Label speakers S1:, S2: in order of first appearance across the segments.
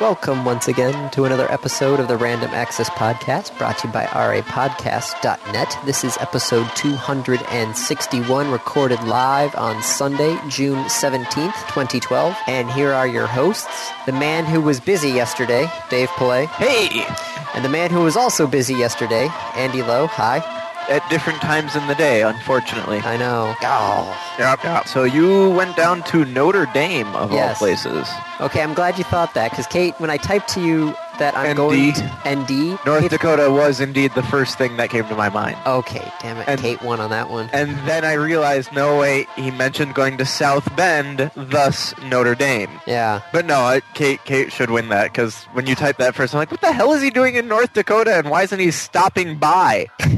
S1: Welcome once again to another episode of the Random Access Podcast brought to you by rapodcast.net. This is episode 261, recorded live on Sunday, June 17th, 2012. And here are your hosts the man who was busy yesterday, Dave Pillay.
S2: Hey!
S1: And the man who was also busy yesterday, Andy Lowe. Hi.
S2: At different times in the day, unfortunately.
S1: I know.
S2: Oh. So you went down to Notre Dame, of
S1: Yes.
S2: all places.
S1: Okay, I'm glad you thought that because Kate, when I typed to you that I'm
S2: ND.
S1: going to ND,
S2: North
S1: Kate-
S2: Dakota was indeed the first thing that came to my mind.
S1: Okay, damn it,
S2: And-
S1: Kate won on that one.
S2: And then I realized, no, wait, he mentioned going to South Bend, thus Notre Dame.
S1: yeah.
S2: But no, I, Kate Kate should win that because when you type that first, I'm like, what the hell is he doing in North Dakota, and why isn't he stopping by?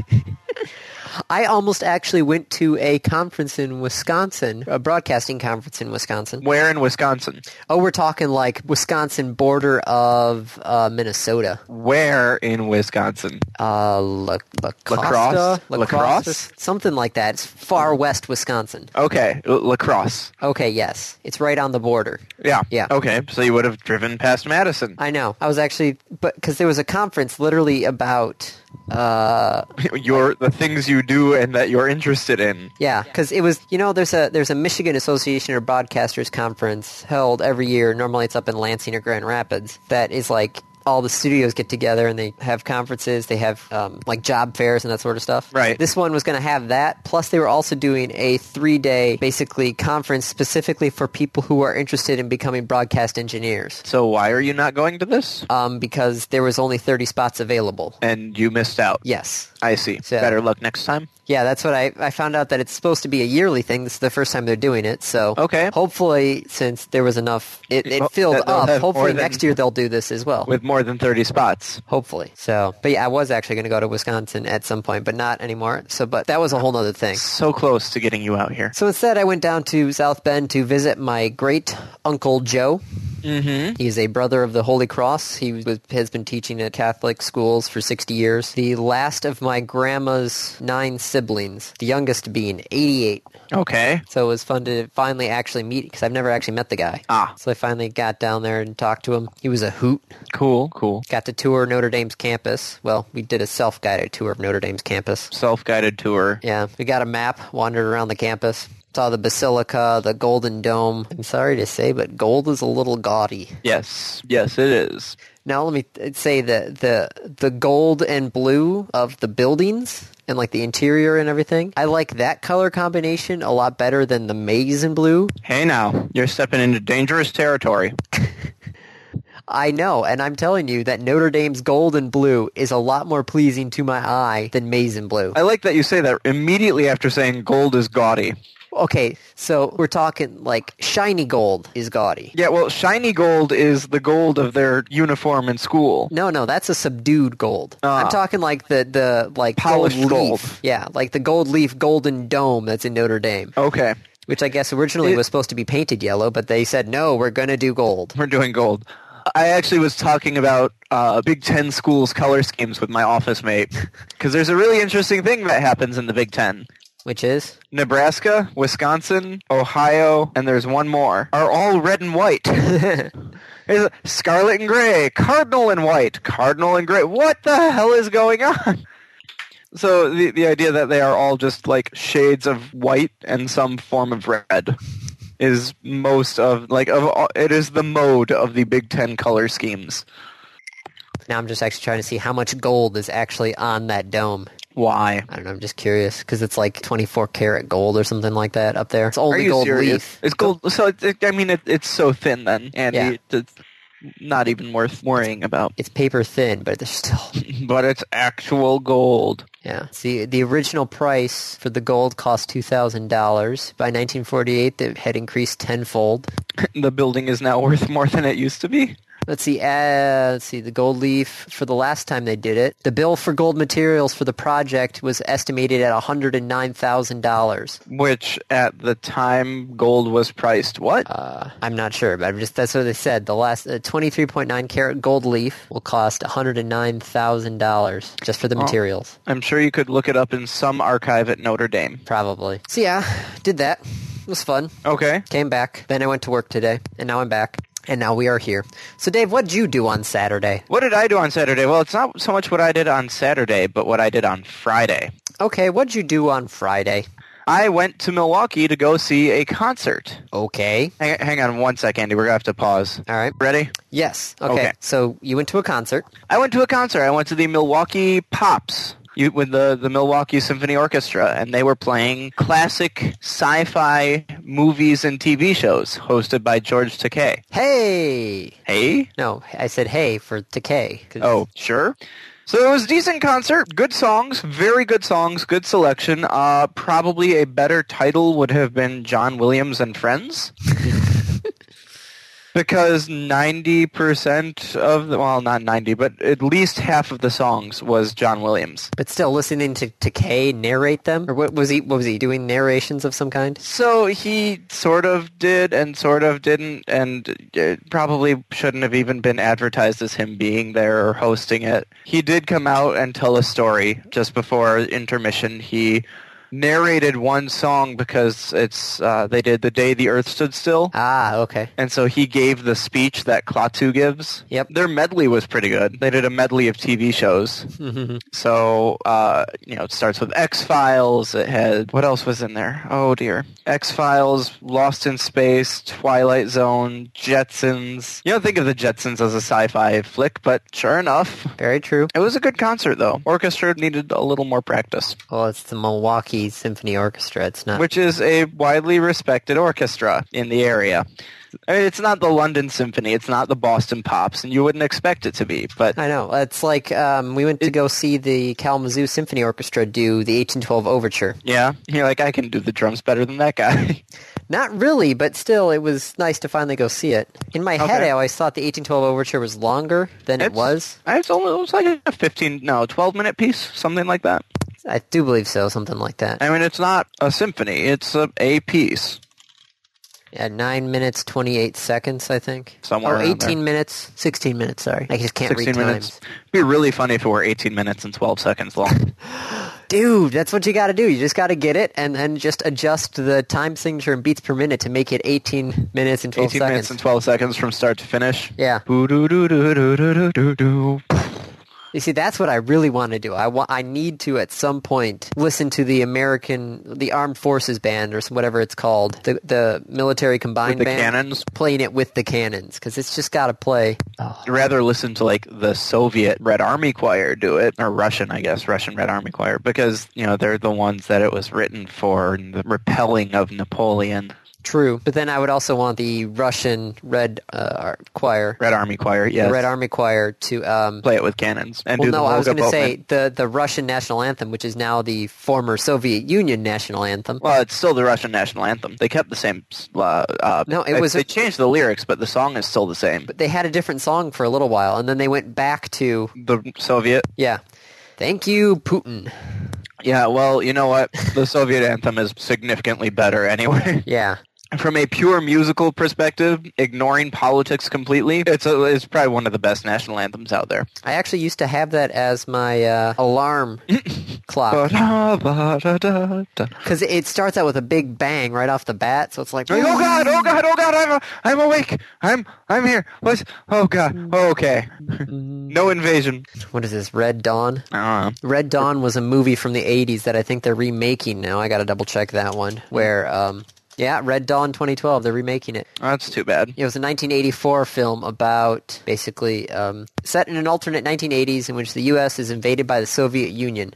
S1: I almost actually went to a conference in Wisconsin, a broadcasting conference in Wisconsin.
S2: Where in Wisconsin?
S1: Oh, we're talking like Wisconsin border of uh, Minnesota.
S2: Where in Wisconsin?
S1: Uh, La, La
S2: Lacrosse?
S1: Costa? La
S2: Lacrosse?
S1: Crosse? Something like that. It's far west Wisconsin.
S2: Okay, L- Lacrosse.
S1: Okay, yes. It's right on the border.
S2: Yeah.
S1: Yeah.
S2: Okay, so you would have driven past Madison.
S1: I know. I was actually, but because there was a conference literally about, uh,
S2: your the things you do and that you're interested in.
S1: Yeah, because it was you know there's a there's a Michigan Association of Broadcasters conference held every year. Normally it's up in Lansing or Grand Rapids. That is like all the studios get together and they have conferences. They have um, like job fairs and that sort of stuff.
S2: Right.
S1: This one was going to have that. Plus they were also doing a three day basically conference specifically for people who are interested in becoming broadcast engineers.
S2: So why are you not going to this?
S1: Um, because there was only thirty spots available.
S2: And you missed out.
S1: Yes.
S2: I see.
S1: So-
S2: Better luck next time.
S1: Yeah, that's what I, I found out that it's supposed to be a yearly thing. This is the first time they're doing it, so
S2: Okay.
S1: Hopefully, since there was enough, it, it
S2: Well,
S1: filled
S2: that- they'll
S1: up.
S2: have more
S1: Hopefully
S2: than-
S1: next year they'll do this as well.
S2: With more than 30 spots.
S1: hopefully, so. But yeah, I was actually going to go to Wisconsin at some point, but not anymore. So, but that was a whole other thing.
S2: So close to getting you out here.
S1: So instead, I went down to South Bend to visit my great uncle Joe.
S2: Mm-hmm.
S1: He's a brother of the Holy Cross. He was, has been teaching at Catholic schools for 60 years. The last of my grandma's nine siblings, the youngest being 88.
S2: Okay.
S1: So it was fun to finally actually meet because I've never actually met the guy.
S2: Ah.
S1: So I finally got down there and talked to him. He was a hoot.
S2: Cool. Cool.
S1: Got to tour Notre Dame's campus. Well, we did a self-guided tour of Notre Dame's campus.
S2: Self-guided tour.
S1: Yeah, we got a map, wandered around the campus, saw the basilica, the golden dome. I'm sorry to say, but gold is a little gaudy.
S2: Yes. Yes, it is.
S1: Now let me th- say that the the gold and blue of the buildings and like the interior and everything. I like that color combination a lot better than the maize and blue.
S2: Hey now, you're stepping into dangerous territory.
S1: I know, and I'm telling you that Notre Dame's gold and blue is a lot more pleasing to my eye than maize and blue.
S2: I like that you say that immediately after saying gold is gaudy.
S1: Okay, so we're talking like shiny gold is gaudy.
S2: Yeah, well, shiny gold is the gold of their uniform in school.
S1: No, no, that's a subdued gold.
S2: Ah.
S1: I'm talking like the the like
S2: Polished
S1: gold,
S2: gold.
S1: leaf. Yeah, like the gold leaf golden dome that's in Notre Dame,
S2: Okay.
S1: which I guess originally
S2: It-
S1: was supposed to be painted yellow, but they said no, we're gonna do gold.
S2: We're doing gold. I actually was talking about uh, Big Ten schools' color schemes with my office mate because there's a really interesting thing that happens in the Big Ten.
S1: Which is
S2: Nebraska, Wisconsin, Ohio, and there's one more are all red and white. There's Scarlet and gray, cardinal and white, cardinal and gray. What the hell is going on? So the the idea that they are all just like shades of white and some form of red is most of like of all- it is the mode of the Big 10 color schemes.
S1: now I'm just actually trying to see how much gold is actually on that dome.
S2: Why?
S1: I don't know. I'm just curious because it's like 24 karat gold or something like that up there. It's
S2: Are
S1: only
S2: you
S1: gold
S2: serious?
S1: leaf.
S2: It's gold. So it, it, I mean, it, it's so thin then, Andy.
S1: Yeah.
S2: It's not even worth worrying about.
S1: It's paper thin, but there's still
S2: But it's actual gold.
S1: yeah. See, the original price for the gold cost two thousand dollars. By 1948, it had increased tenfold.
S2: The building is now worth more than it used to be.
S1: Let's see. Uh, let's see. The gold leaf for the last time they did it. The bill for gold materials for the project was estimated at hundred and nine thousand dollars.
S2: Which at the time gold was priced what?
S1: Uh, I'm not sure, but I'm just that's what they said. The last uh, 23.9 karat gold leaf will cost $109,000 just for the materials,
S2: I'm sure you could look it up in some archive at Notre Dame.
S1: probably. So yeah, did that. It was fun.
S2: Okay.
S1: Came back. Then I went to work today, and now I'm back. And now we are here. So, Dave, what'd you do on Saturday?
S2: What did I do on Saturday? Well, it's not so much what I did on Saturday, but what I did on Friday.
S1: Okay, what'd you do on Friday?
S2: I went to Milwaukee to go see a concert.
S1: Okay.
S2: Hang, hang on one sec, Andy. We're going to have to pause.
S1: All right.
S2: Ready?
S1: Yes. Okay.
S2: Okay.
S1: So you went to a concert.
S2: I went to a concert. I went to the Milwaukee Pops you, with the, the Milwaukee Symphony Orchestra, and they were playing classic sci-fi movies and TV shows hosted by George Takei.
S1: Hey.
S2: Hey?
S1: No, I said hey for decay. 'cause-
S2: Oh, sure. So it was a decent concert, good songs, very good songs, good selection. Uh, probably a better title would have been John Williams and Friends. because 90% of the, well, not 90, but at least half of the songs was John Williams.
S1: But still, listening to decay narrate them, or what was he? What was he doing? Narrations of some kind.
S2: So he sort of did and sort of didn't, and it probably shouldn't have even been advertised as him being there or hosting it. He did come out and tell a story just before intermission. He narrated one song because it's uh, they did the day the earth stood still.
S1: Ah, okay.
S2: And so he gave the speech that Klaatu gives.
S1: Yep.
S2: Their medley was pretty good. They did a medley of TV shows. So, uh, you know, it starts with X-Files. It had, what else was in there? Oh, dear. X-Files, Lost in Space, Twilight Zone, Jetsons. You don't think of the Jetsons as a sci-fi flick, but sure enough,
S1: Very true.
S2: it was a good concert, though. Orchestra needed a little more practice,
S1: Well, it's the Milwaukee Symphony Orchestra. It's not.
S2: which is a widely respected orchestra in the area. I mean, it's not the London Symphony. It's not the Boston Pops, and you wouldn't expect it to be, but
S1: I know. It's like um, we went to go see the Kalamazoo Symphony Orchestra do the 1812 Overture.
S2: yeah, you're like, I can do the drums better than that guy.
S1: Not really, but still, it was nice to finally go see it. In my head,
S2: Okay.
S1: I always thought the 1812 Overture was longer than it
S2: It's-
S1: was.
S2: It's only it was like a fifteen, no, twelve minute piece, something like that.
S1: I do believe so, something like that.
S2: I mean, it's not a symphony; it's a, a piece.
S1: Yeah, 9 minutes, 28 seconds, I think.
S2: Somewhere
S1: Or
S2: around
S1: 18
S2: there.
S1: minutes, 16 minutes, sorry. I just can't read
S2: Sixteen minutes.
S1: times.
S2: It'd be really funny if it were eighteen minutes and twelve seconds long.
S1: Dude, that's what you got to do. You just got to get it and then just adjust the time signature and beats per minute to make it 18 minutes and 12
S2: eighteen
S1: seconds.
S2: minutes and twelve seconds from start to finish.
S1: yeah.
S2: Boo-doo-doo-doo-doo-doo-doo-doo.
S1: You see, that's what I really want to do. I want, I need to at some point listen to the American, the Armed Forces Band or s- whatever it's called, the the military combined
S2: With the
S1: band,
S2: cannons?
S1: playing it with the cannons because it's just got to play. Oh,
S2: I'd rather listen to like the Soviet Red Army Choir do it, or Russian, I guess, Russian Red Army Choir, because you know they're the ones that it was written for, and the repelling of Napoleon.
S1: true. But then I would also want the Russian Red uh, Ar- Choir,
S2: Red Army Choir, yes.
S1: the Red Army Choir, to um.
S2: play it with cannons and
S1: Well,
S2: do the
S1: no, I was
S2: Volga
S1: going to say
S2: Boatman.
S1: the the Russian national anthem, which is now the former Soviet Union national anthem.
S2: Well, it's still the Russian national anthem. They kept the same. Uh, uh,
S1: No, it
S2: they-
S1: was a-
S2: They changed the lyrics, but the song is still the same.
S1: They had a different song for a little while, and then they went back to
S2: The Soviet.
S1: yeah. Thank you, Putin.
S2: Yeah, well, you know what? The Soviet anthem is significantly better anyway.
S1: Yeah.
S2: From a pure musical perspective, ignoring politics completely, it's a, it's probably one of the best national anthems out there.
S1: I actually used to have that as my uh, alarm clock
S2: Ba-da, ba-da-da-da. Like,
S1: because it starts out with a big bang right off the bat, so it's like,
S2: Oh God! Oh God! Oh God! I'm a, I'm awake! I'm I'm here. What's Oh God! Okay, no invasion.
S1: what is this? Red Dawn.
S2: Uh,
S1: Red Dawn was a movie from the '80s that I think they're remaking now. I got to double check that one. Where, um, yeah, Red Dawn 2012. They're remaking it.
S2: that's too bad.
S1: It was a 1984 film about basically um, set in an alternate 1980s in which the U.S. is invaded by the Soviet Union.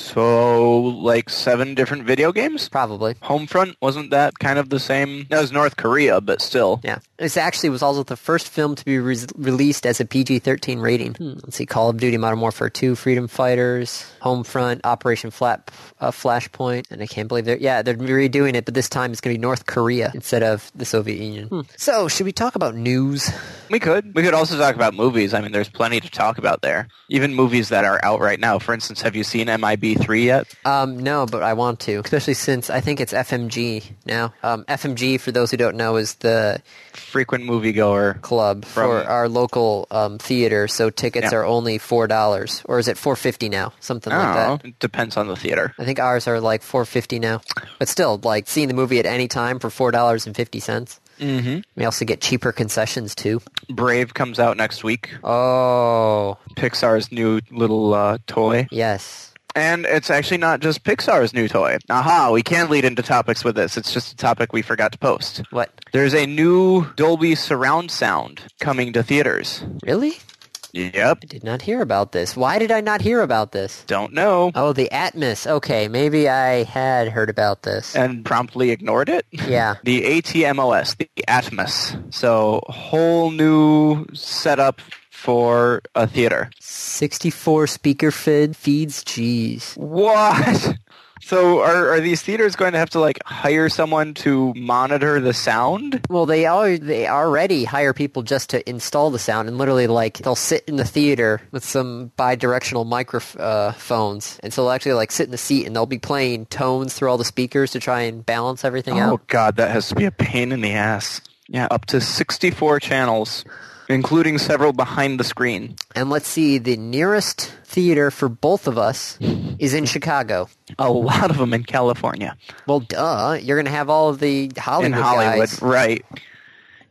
S2: So, like seven different video games?
S1: Probably.
S2: Homefront, wasn't that kind of the same? That was North Korea, but still.
S1: Yeah. This actually was also the first film to be re- released as a PG 13 rating. Hmm. Let's see Call of Duty Modern Warfare 2, Freedom Fighters, Homefront, Operation Flat, uh, Flashpoint. And I can't believe they're, yeah, they're redoing it, but this time it's going to be North Korea instead of the Soviet Union. So, should we talk about news?
S2: We could. We could also talk about movies. I mean, there's plenty to talk about there. Even movies that are out right now. For instance, have you seen MIB3 yet?
S1: Um, no, but I want to, especially since I think it's FMG now. Um, FMG, for those who don't know, is the
S2: Frequent moviegoer.
S1: club for
S2: From-
S1: our local um, theater, so tickets
S2: Yeah.
S1: are only $4. Or is it 450 now? Something like that.
S2: Oh, it depends on the theater.
S1: I think ours are like four fifty now. But still, like seeing the movie at any time for four dollars and fifty cents.
S2: Mm-hmm.
S1: We also get cheaper concessions too.
S2: Brave comes out next week.
S1: Oh,
S2: Pixar's new little uh, toy.
S1: yes.
S2: And it's actually not just Pixar's new toy. Aha, we can lead into topics with this. It's just a topic we forgot to post.
S1: What?
S2: There's a new Dolby surround sound coming to theaters.
S1: Really?
S2: Yep.
S1: I did not hear about this. Why did I not hear about this?
S2: Don't know.
S1: Oh, the Atmos. Okay, maybe I had heard about this.
S2: And promptly ignored it.
S1: Yeah.
S2: The ATMOS, the Atmos. So whole new setup for a theater.
S1: 64 speaker feed feeds. Jeez.
S2: What? So are, are these theaters going to have to like hire someone to monitor the sound?
S1: Well, they are they already hire people just to install the sound, and literally like they'll sit in the theater with some bi-directional microphones, uh, phones. and so they'll actually like sit in the seat and they'll be playing tones through all the speakers to try and balance everything
S2: Oh
S1: out.
S2: god, that has to be a pain in the ass. Yeah, up to 64 channels, including several behind the screen.
S1: And let's see, the nearest theater for both of us is in Chicago.
S2: A lot of them in California.
S1: Well, duh, you're gonna have all of the Hollywood,
S2: in Hollywood,
S1: guys.
S2: right.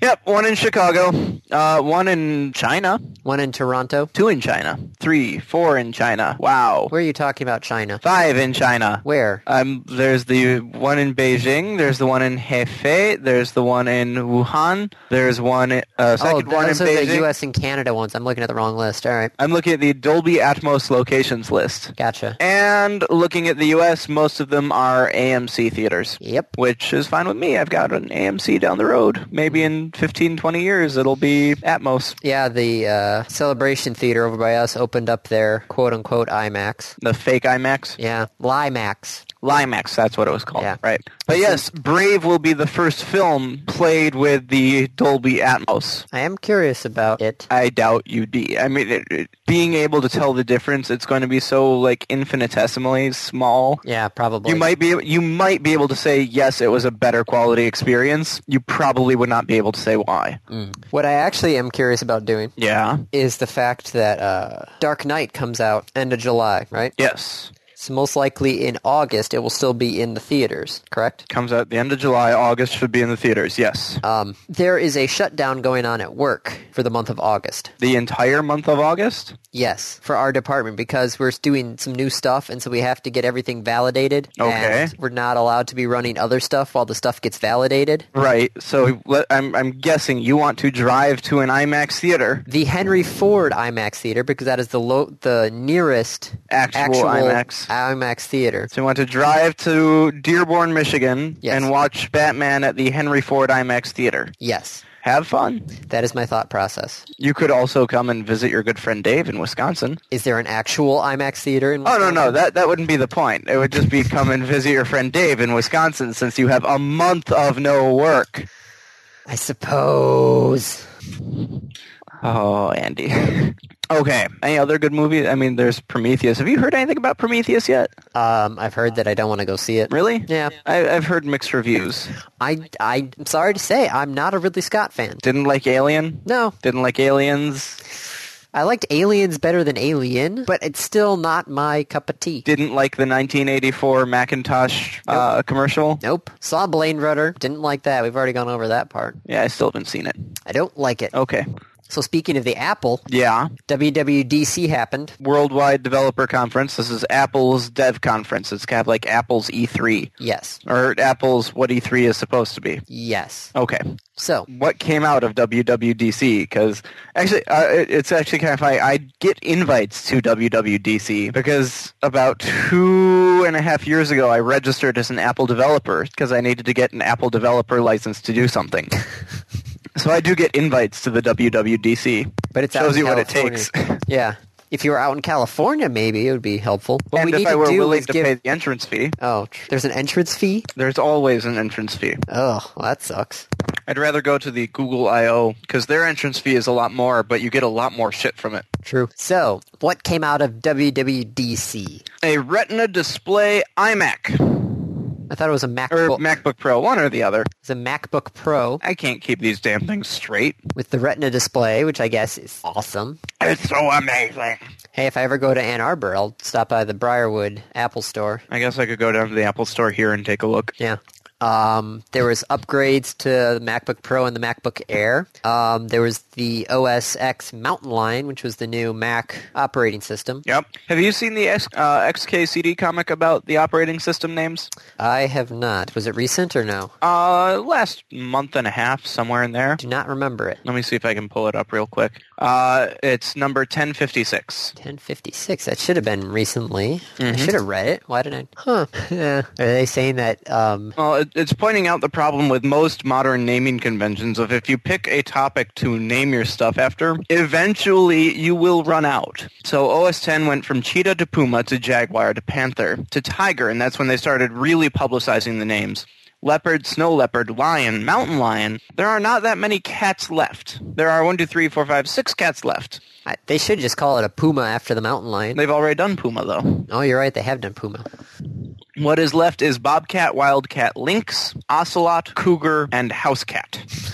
S2: Yep, one in Chicago, uh, one in China,
S1: One in Toronto.
S2: two in China, three, four in China. Wow.
S1: Where are you talking about China?
S2: Five in China.
S1: Where?
S2: Um, there's the one in Beijing. There's the one in Hefei. There's the one in Wuhan. There's one uh, second
S1: oh,
S2: one in
S1: those are the
S2: Beijing.
S1: U.S. and Canada ones. I'm looking at the wrong list. All right,
S2: I'm looking at the Dolby Atmos locations list,
S1: gotcha.
S2: and looking at the U.S., most of them are AMC theaters.
S1: Yep.
S2: Which is fine with me. I've got an AMC down the road. Maybe in 15, 20 years, it'll be Atmos.
S1: Yeah, the uh, Celebration Theater over by us opened up their quote unquote IMAX.
S2: The fake IMAX.
S1: Yeah, LIMAX.
S2: Limax, that's what it was called,
S1: Yeah.
S2: right? But yes, Brave will be the first film played with the Dolby Atmos.
S1: I am curious about it.
S2: I doubt you'd be. I mean, it, it- being able to tell the difference, it's going to be so like infinitesimally small.
S1: Yeah, probably.
S2: You might be you might be able to say yes, it was a better quality experience. You probably would not be able to say why.
S1: What I actually am curious about doing
S2: Yeah.
S1: is the fact that uh, Dark Knight comes out end of July, right?
S2: Yes.
S1: So most likely in August it will still be in the theaters, correct?
S2: Comes out the end of July. August should be in the theaters. Yes.
S1: Um, there is a shutdown going on at work for the month of August.
S2: The entire month of August.
S1: Yes, for our department because we're doing some new stuff, and so we have to get everything validated.
S2: Okay.
S1: and we're not allowed to be running other stuff while the stuff gets validated.
S2: Right. So let, I'm I'm guessing you want to drive to an IMAX theater.
S1: The Henry Ford IMAX theater because that is the lo- the nearest
S2: Actual IMAX.
S1: IMAX theater.
S2: So you want to drive to Dearborn, Michigan,
S1: Yes.
S2: and watch Batman at the Henry Ford IMAX theater.
S1: Yes,
S2: Have fun.
S1: that is my thought process.
S2: You could also come and visit your good friend Dave in Wisconsin.
S1: Is there an actual IMAX theater? In
S2: Oh no, no,
S1: Wisconsin?
S2: that that wouldn't be the point. It would just be come and visit your friend Dave in Wisconsin since you have a month of no work.
S1: I suppose.
S2: Oh, Andy. okay. Any other good movies? I mean, there's Prometheus. Have you heard anything about Prometheus yet?
S1: Um, I've heard that I don't want to go see it.
S2: Really?
S1: Yeah.
S2: I, I've heard mixed reviews.
S1: I I'm sorry to say I'm not a Ridley Scott fan.
S2: Didn't like Alien.
S1: No,
S2: Didn't like Aliens.
S1: I liked Aliens better than Alien, but it's still not my cup of tea.
S2: didn't like the 1984 Macintosh uh, commercial.
S1: Nope. Saw Blade Runner. Didn't like that. We've already gone over that part.
S2: Yeah, I still haven't seen it.
S1: I don't like it.
S2: Okay.
S1: So speaking of the Apple,
S2: Yeah.
S1: WWDC happened.
S2: Worldwide Developer Conference. This is Apple's dev conference. It's kind of like Apple's E3
S1: Yes.
S2: or Apple's what E3 is supposed to be.
S1: Yes.
S2: Okay.
S1: So
S2: What came out of WWDC? Because actually, uh, it- it's actually kind of funny. I get invites to WWDC because about two and a half years ago, I registered as an Apple developer because I needed to get an Apple developer license to do something. so I do get invites to the WWDC.
S1: but it's out
S2: shows
S1: in
S2: you what it
S1: California.
S2: takes.
S1: yeah. If you were out in California, maybe it would be helpful. What
S2: and
S1: we
S2: if
S1: need
S2: I
S1: to
S2: were
S1: do
S2: willing
S1: is
S2: to
S1: give.
S2: pay the entrance fee,
S1: Oh, tr- there's an entrance fee.
S2: there's always an entrance fee.
S1: Oh, well, that sucks.
S2: I'd rather go to the Google I/O because their entrance fee is a lot more, but you get a lot more shit from it.
S1: True. So what came out of WWDC?
S2: A Retina display iMac.
S1: I thought it was a
S2: or
S1: MacBook.
S2: MacBook Pro, one or the other.
S1: it was a MacBook Pro
S2: I can't keep these damn things straight.
S1: with the Retina display, which I guess is awesome.
S2: It's so amazing.
S1: Hey, if I ever go to Ann Arbor, I'll stop by the Briarwood Apple Store.
S2: I guess I could go down to the Apple Store here and take a look.
S1: Yeah. Um, there was upgrades to the MacBook Pro and the MacBook Air. Um, there was the OS X Mountain Lion, which was the new Mac operating system.
S2: Yep. Have you seen the X, uh, XKCD comic about the operating system names?
S1: I have not. Was it recent or no?
S2: Uh, last month and a half, somewhere in there.
S1: Do not remember it.
S2: Let me see if I can pull it up real quick. Uh, it's number 1056.
S1: 1056. That should have been recently. I should have read it. Why didn't I? Huh. Yeah. Are they saying that? Um,
S2: Well, it, it's pointing out the problem with most modern naming conventions of if you pick a topic to name your stuff after, eventually you will run out. So OS 10 went from cheetah to puma to jaguar to panther to tiger, and that's when they started really publicizing the names. Leopard, snow leopard, lion, mountain lion. There are not that many cats left. There are one, two, three, four, five, six cats left.
S1: I, they should just call it a puma after the mountain lion.
S2: They've already done puma though.
S1: Oh, you're right. They have done puma.
S2: What is left is bobcat, wildcat, lynx, ocelot, cougar, and housecat.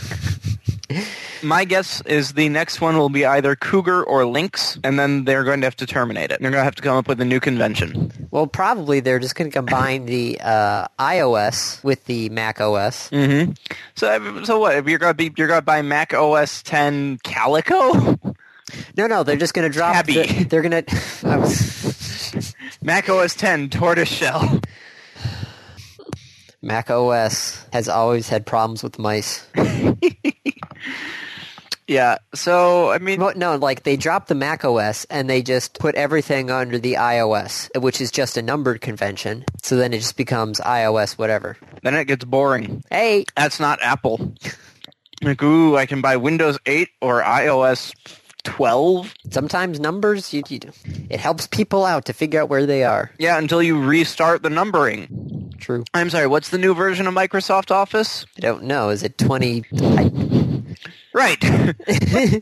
S2: My guess is the next one will be either cougar or lynx, and then they're going to have to terminate it. They're going to have to come up with a new convention.
S1: Well, probably they're just going to combine the uh, iOS with the Mac OS.
S2: Mm-hmm. So, ev- so what? If you're going to be, you're going to buy Mac OS 10 Calico,
S1: No, no, they're just going to drop.
S2: Tabby.
S1: The, they're going to
S2: Mac OS 10 Tortoiseshell.
S1: Mac OS has always had problems with mice.
S2: Yeah. So, I mean,
S1: But no, like they dropped the Mac OS and they just put everything under the iOS, which is just a numbered convention. So then it just becomes iOS whatever.
S2: then it gets boring.
S1: Hey,
S2: That's not Apple. Like, ooh, I can buy Windows 8 or iOS 12.
S1: sometimes numbers you, you it helps people out to figure out where they are.
S2: Yeah, until you restart the numbering.
S1: True.
S2: I'm sorry, what's the new version of Microsoft Office?
S1: I don't know. Is it 20 I,
S2: Right.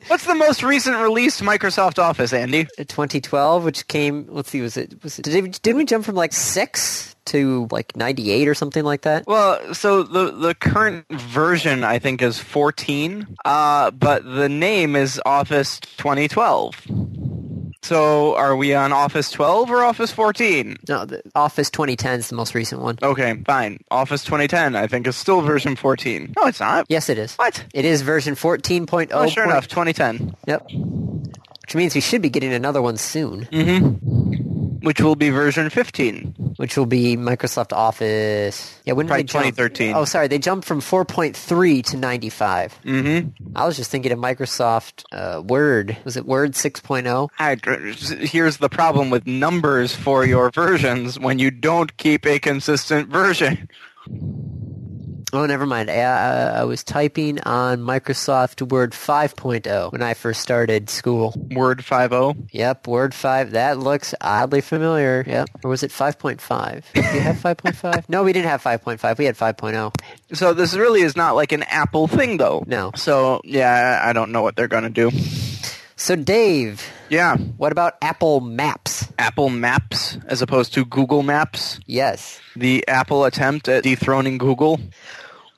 S2: what's the most recent released Microsoft Office, Andy?
S1: 2012 which came let's see was it was it did, didn't we jump from like 6 to like 98 or something like that?
S2: Well, so the the current version I think is 14, uh, but the name is Office 2012. So are we on Office 12 or Office 14?
S1: No, the Office 2010 is the most recent one.
S2: Okay, fine. Office 2010 I think is still version 14. No, it's not.
S1: Yes, it is.
S2: What?
S1: It is version 14.0.
S2: Oh, sure enough, 2010,
S1: Yep. Which means we should be getting another one soon,
S2: Mm-hmm. which will be version 15.
S1: which will be Microsoft Office. Yeah, when did
S2: Probably
S1: they jump?
S2: 2013.
S1: Oh, sorry, they jumped from 4.3 to 95.
S2: Mm-hmm.
S1: I was just thinking of Microsoft uh, Word. Was it Word oh? 6.0?
S2: I, here's the problem with numbers for your versions when you don't keep a consistent version.
S1: Oh, never mind. I, I, I was typing on Microsoft Word 5.0 when I first started school.
S2: Word oh. 5.0.
S1: Yep, Word 5. That looks oddly familiar. Yep. Or was it 5.5? Did you have 5.5? no, we didn't have 5.5. We had oh. 5.0.
S2: So this really is not like an Apple thing, though.
S1: No.
S2: So, yeah, I don't know what they're going to do.
S1: So, Dave,
S2: Yeah,
S1: What about Apple Maps?
S2: Apple Maps as opposed to Google Maps.
S1: Yes.
S2: The Apple attempt at dethroning Google.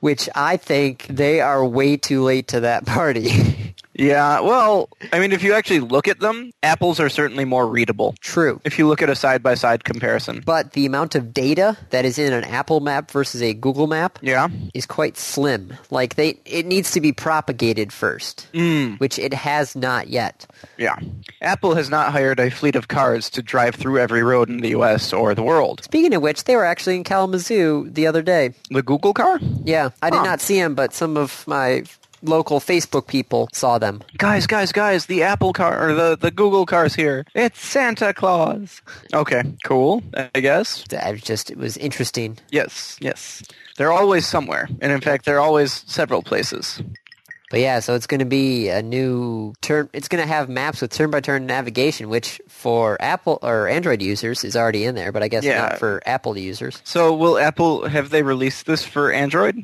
S1: Which I think they are way too late to that party.
S2: Yeah, well, I mean, if you actually look at them, Apples are certainly more readable.
S1: True.
S2: If you look at a side-by-side comparison.
S1: But the amount of data that is in an Apple map versus a Google map
S2: Yeah.
S1: is quite slim. Like they it needs to be propagated first,
S2: Mm,
S1: which it has not yet.
S2: yeah. Apple has not hired a fleet of cars to drive through every road in the U.S. or the world.
S1: Speaking of which, they were actually in Kalamazoo the other day.
S2: The Google car?
S1: Yeah, I did
S2: Huh.
S1: not see them, but some of my local Facebook people saw them.
S2: Guys, guys, guys, the Apple car, or the, the Google car's here. It's Santa Claus. Okay, cool, I guess.
S1: I was just it was interesting.
S2: Yes, yes. They're always somewhere, and in fact, they're always several places.
S1: But yeah, so it's going to be a new turn. It's going to have maps with turn-by-turn navigation, which for Apple or Android users is already in there, but I guess
S2: Yeah.
S1: not for Apple users.
S2: So will Apple, have they released this for Android?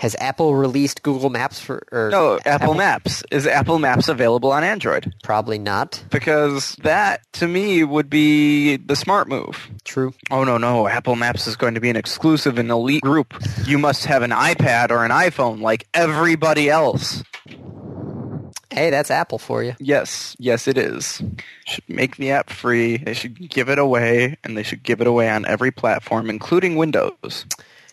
S1: Has Apple released Google Maps for? Or
S2: No, Apple, Maps. Is Apple Maps available on Android?
S1: probably not.
S2: Because that, to me, would be the smart move.
S1: True.
S2: Oh no no! Apple Maps is going to be an exclusive and elite group. You must have an iPad or an iPhone, like everybody else.
S1: Hey, that's Apple for you.
S2: Yes, yes, it is. Should make the app free. They should give it away, and they should give it away on every platform, including Windows.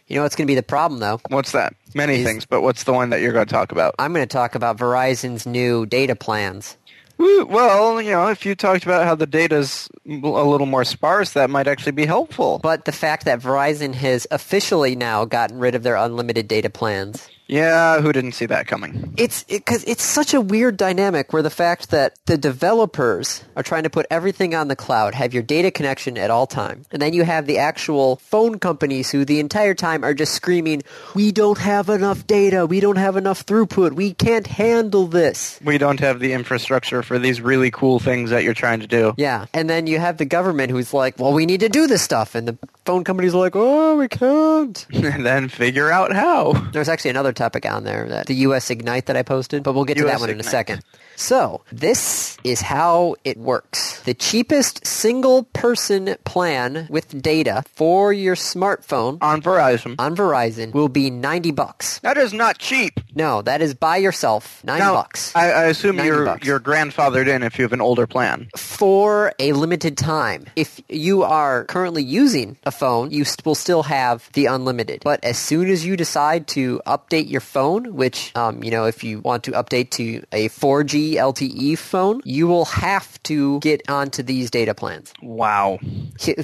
S1: You know what's going to be the problem, though?
S2: What's that? Many
S1: Is-
S2: things, but what's the one that you're going to talk about?
S1: I'm going to talk about Verizon's new data plans.
S2: Woo, Well, you know, if you talked about how the data's m- a little more sparse, that might actually be helpful.
S1: But the fact that Verizon has officially now gotten rid of their unlimited data plans.
S2: Yeah, who didn't see that coming?
S1: It's because it's such a weird dynamic where the fact that the developers are trying to put everything on the cloud, have your data connection at all time, and then you have the actual phone companies who the entire time are just screaming, "We don't have enough data. We don't have enough throughput. We can't handle this."
S2: We don't have the infrastructure for these really cool things that you're trying to do.
S1: Yeah, and then you have the government who's like, "Well, we need to do this stuff," and the phone companies are like, "Oh, we can't."
S2: and then figure out how.
S1: There's actually another topic on there that the US Ignite that I posted, but we'll get to
S2: US
S1: that one in a
S2: Ignite.
S1: second. So, this is how it works. The cheapest single person plan with data for your smartphone
S2: On Verizon.
S1: on Verizon will be 90 bucks.
S2: That is not cheap.
S1: No, that is by yourself, 90
S2: Now,
S1: bucks
S2: I, I assume
S1: 90
S2: you're,
S1: bucks.
S2: you're grandfathered in if you have an older plan.
S1: for a limited time. If you are currently using a phone, you st- will still have the unlimited. But as soon as you decide to update your phone, which, um, you know, if you want to update to a 4G LTE E phone, you will have to get onto these data plans.
S2: Wow.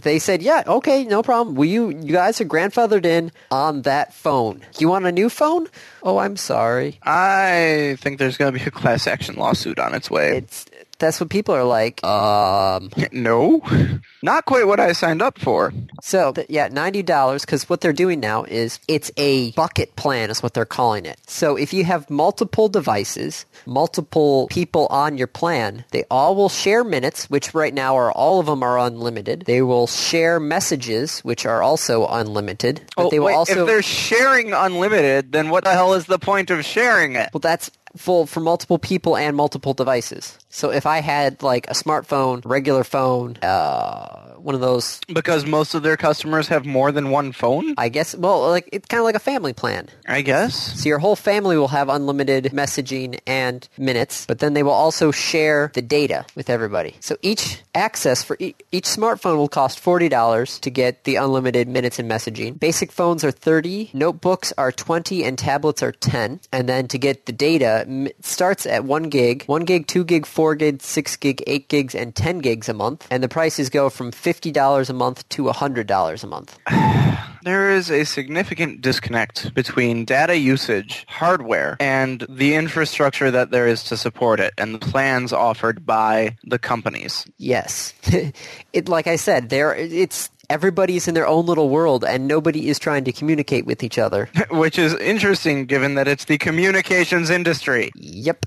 S1: They said, yeah, okay, no problem. Well, you, you guys are grandfathered in on that phone. You want a new phone? Oh, I'm sorry.
S2: I think there's going to be a class action lawsuit on its way.
S1: It's, that's what people are like, um,
S2: no. Not quite what I signed up for.
S1: So th- yeah, ninety dollars. Because what they're doing now is it's a bucket plan, is what they're calling it. So if you have multiple devices, multiple people on your plan, they all will share minutes, which right now are all of them are unlimited. They will share messages, which are also unlimited. But
S2: Oh,
S1: they will
S2: wait,
S1: also
S2: if they're sharing unlimited, then what the hell is the point of sharing it?
S1: well, that's full for multiple people and multiple devices. So if I had like a smartphone, regular phone, uh, one of those
S2: Because most of their customers have more than one phone,
S1: I guess well, like it's kind of like a family plan.
S2: I guess.
S1: So your whole family will have unlimited messaging and minutes, but then they will also share the data with everybody. So each access for e- each smartphone will cost $40 to get the unlimited minutes and messaging. Basic phones are 30, notebooks are 20 and tablets are 10. And then to get the data m- it starts at 1 gig, 1 gig, 2 gig, 4 gig, 6 gig, 8 gigs and 10 gigs a month, and the prices go from $50 a month to $100 a month.
S2: There is a significant disconnect between data usage, hardware, and the infrastructure that there is to support it and the plans offered by the companies.
S1: Yes, it like I said, there it's everybody's in their own little world, and nobody is trying to communicate with each other.
S2: Which is interesting given that it's the communications industry.
S1: yep.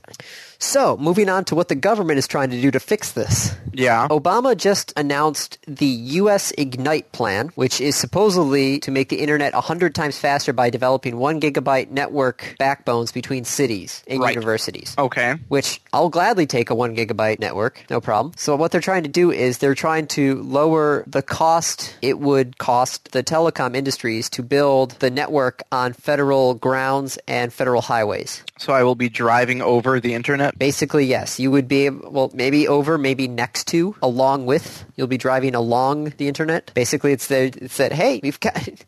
S1: So, moving on to what the government is trying to do to fix this.
S2: Yeah.
S1: Obama just announced the U.S. Ignite plan, which is supposedly to make the internet 100 times faster by developing one gigabyte network backbones between cities and
S2: Right.
S1: universities.
S2: Okay.
S1: which I'll gladly take a one gigabyte network, no problem. So what they're trying to do is they're trying to lower the cost it would cost the telecom industries to build the network on federal grounds and federal highways.
S2: So I will be driving over the internet.
S1: Basically, yes, you would be able, well, maybe over, maybe next to, along with. You'll be driving along the internet. Basically, it's the it's that hey, we've got.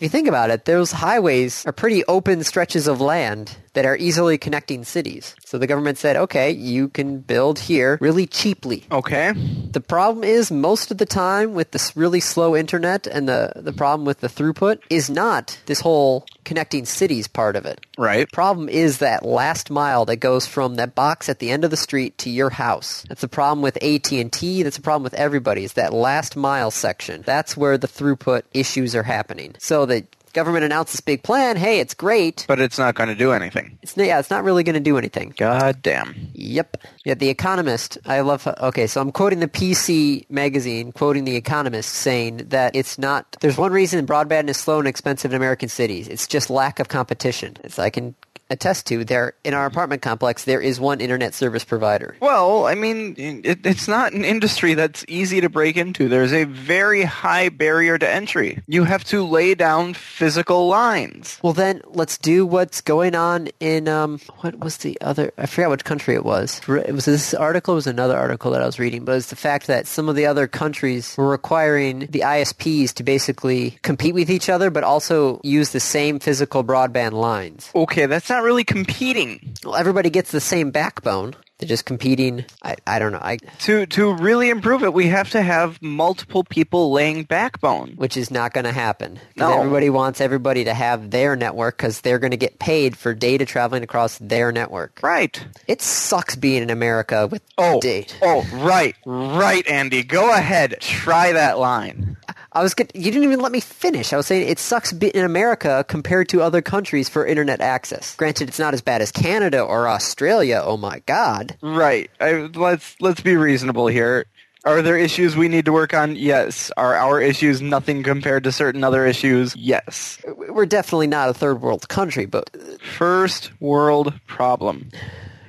S1: If you think about it, those highways are pretty open stretches of land that are easily connecting cities. So the government said, okay, you can build here really cheaply.
S2: Okay.
S1: The problem is most of the time with this really slow internet and the, the problem with the throughput is not this whole connecting cities part of it
S2: Right.
S1: problem is that last mile that goes from that box at the end of the street to your house. That's the problem with AT&T, that's the problem with everybody, is that last mile section. That's where the throughput issues are happening. So the government announced this big plan, hey, it's great.
S2: But it's not going to do anything.
S1: It's, yeah, it's not really going to do anything.
S2: God damn.
S1: Yep. Yeah, The Economist. I love. Okay, so I'm quoting the PC magazine, quoting The Economist, saying that it's not. There's one reason broadband is slow and expensive in American cities. It's just lack of competition. It's I can attest to, there in our apartment complex there is one internet service provider.
S2: Well, I mean, it, it's not an industry that's easy to break into. There's a very high barrier to entry. You have to lay down physical lines.
S1: Well, then let's do what's going on in um. What was the other? I forgot which country it was. It was this article. It was another article that I was reading, but it's the fact that some of the other countries were requiring the ISPs to basically compete with each other, but also use the same physical broadband lines.
S2: Okay, that's not really competing.
S1: Well, everybody gets the same backbone. They're just competing. I, I don't know. I,
S2: To to really improve it, we have to have multiple people laying backbone.
S1: which is not going to happen. 'Cause
S2: No.
S1: Everybody wants everybody to have their network because they're going to get paid for data traveling across their network.
S2: Right.
S1: It sucks being in America with
S2: Oh.
S1: date.
S2: Oh, right. Right, Andy. Go ahead. Try that line.
S1: I was get, you didn't even let me finish. I was saying it sucks being in America compared to other countries for internet access. Granted, it's not as bad as Canada or Australia. Oh my god.
S2: Right. I, let's let's be reasonable here. Are there issues we need to work on? Yes. Are our issues nothing compared to certain other issues? Yes.
S1: We're definitely not a third world country, but uh,
S2: First world problem.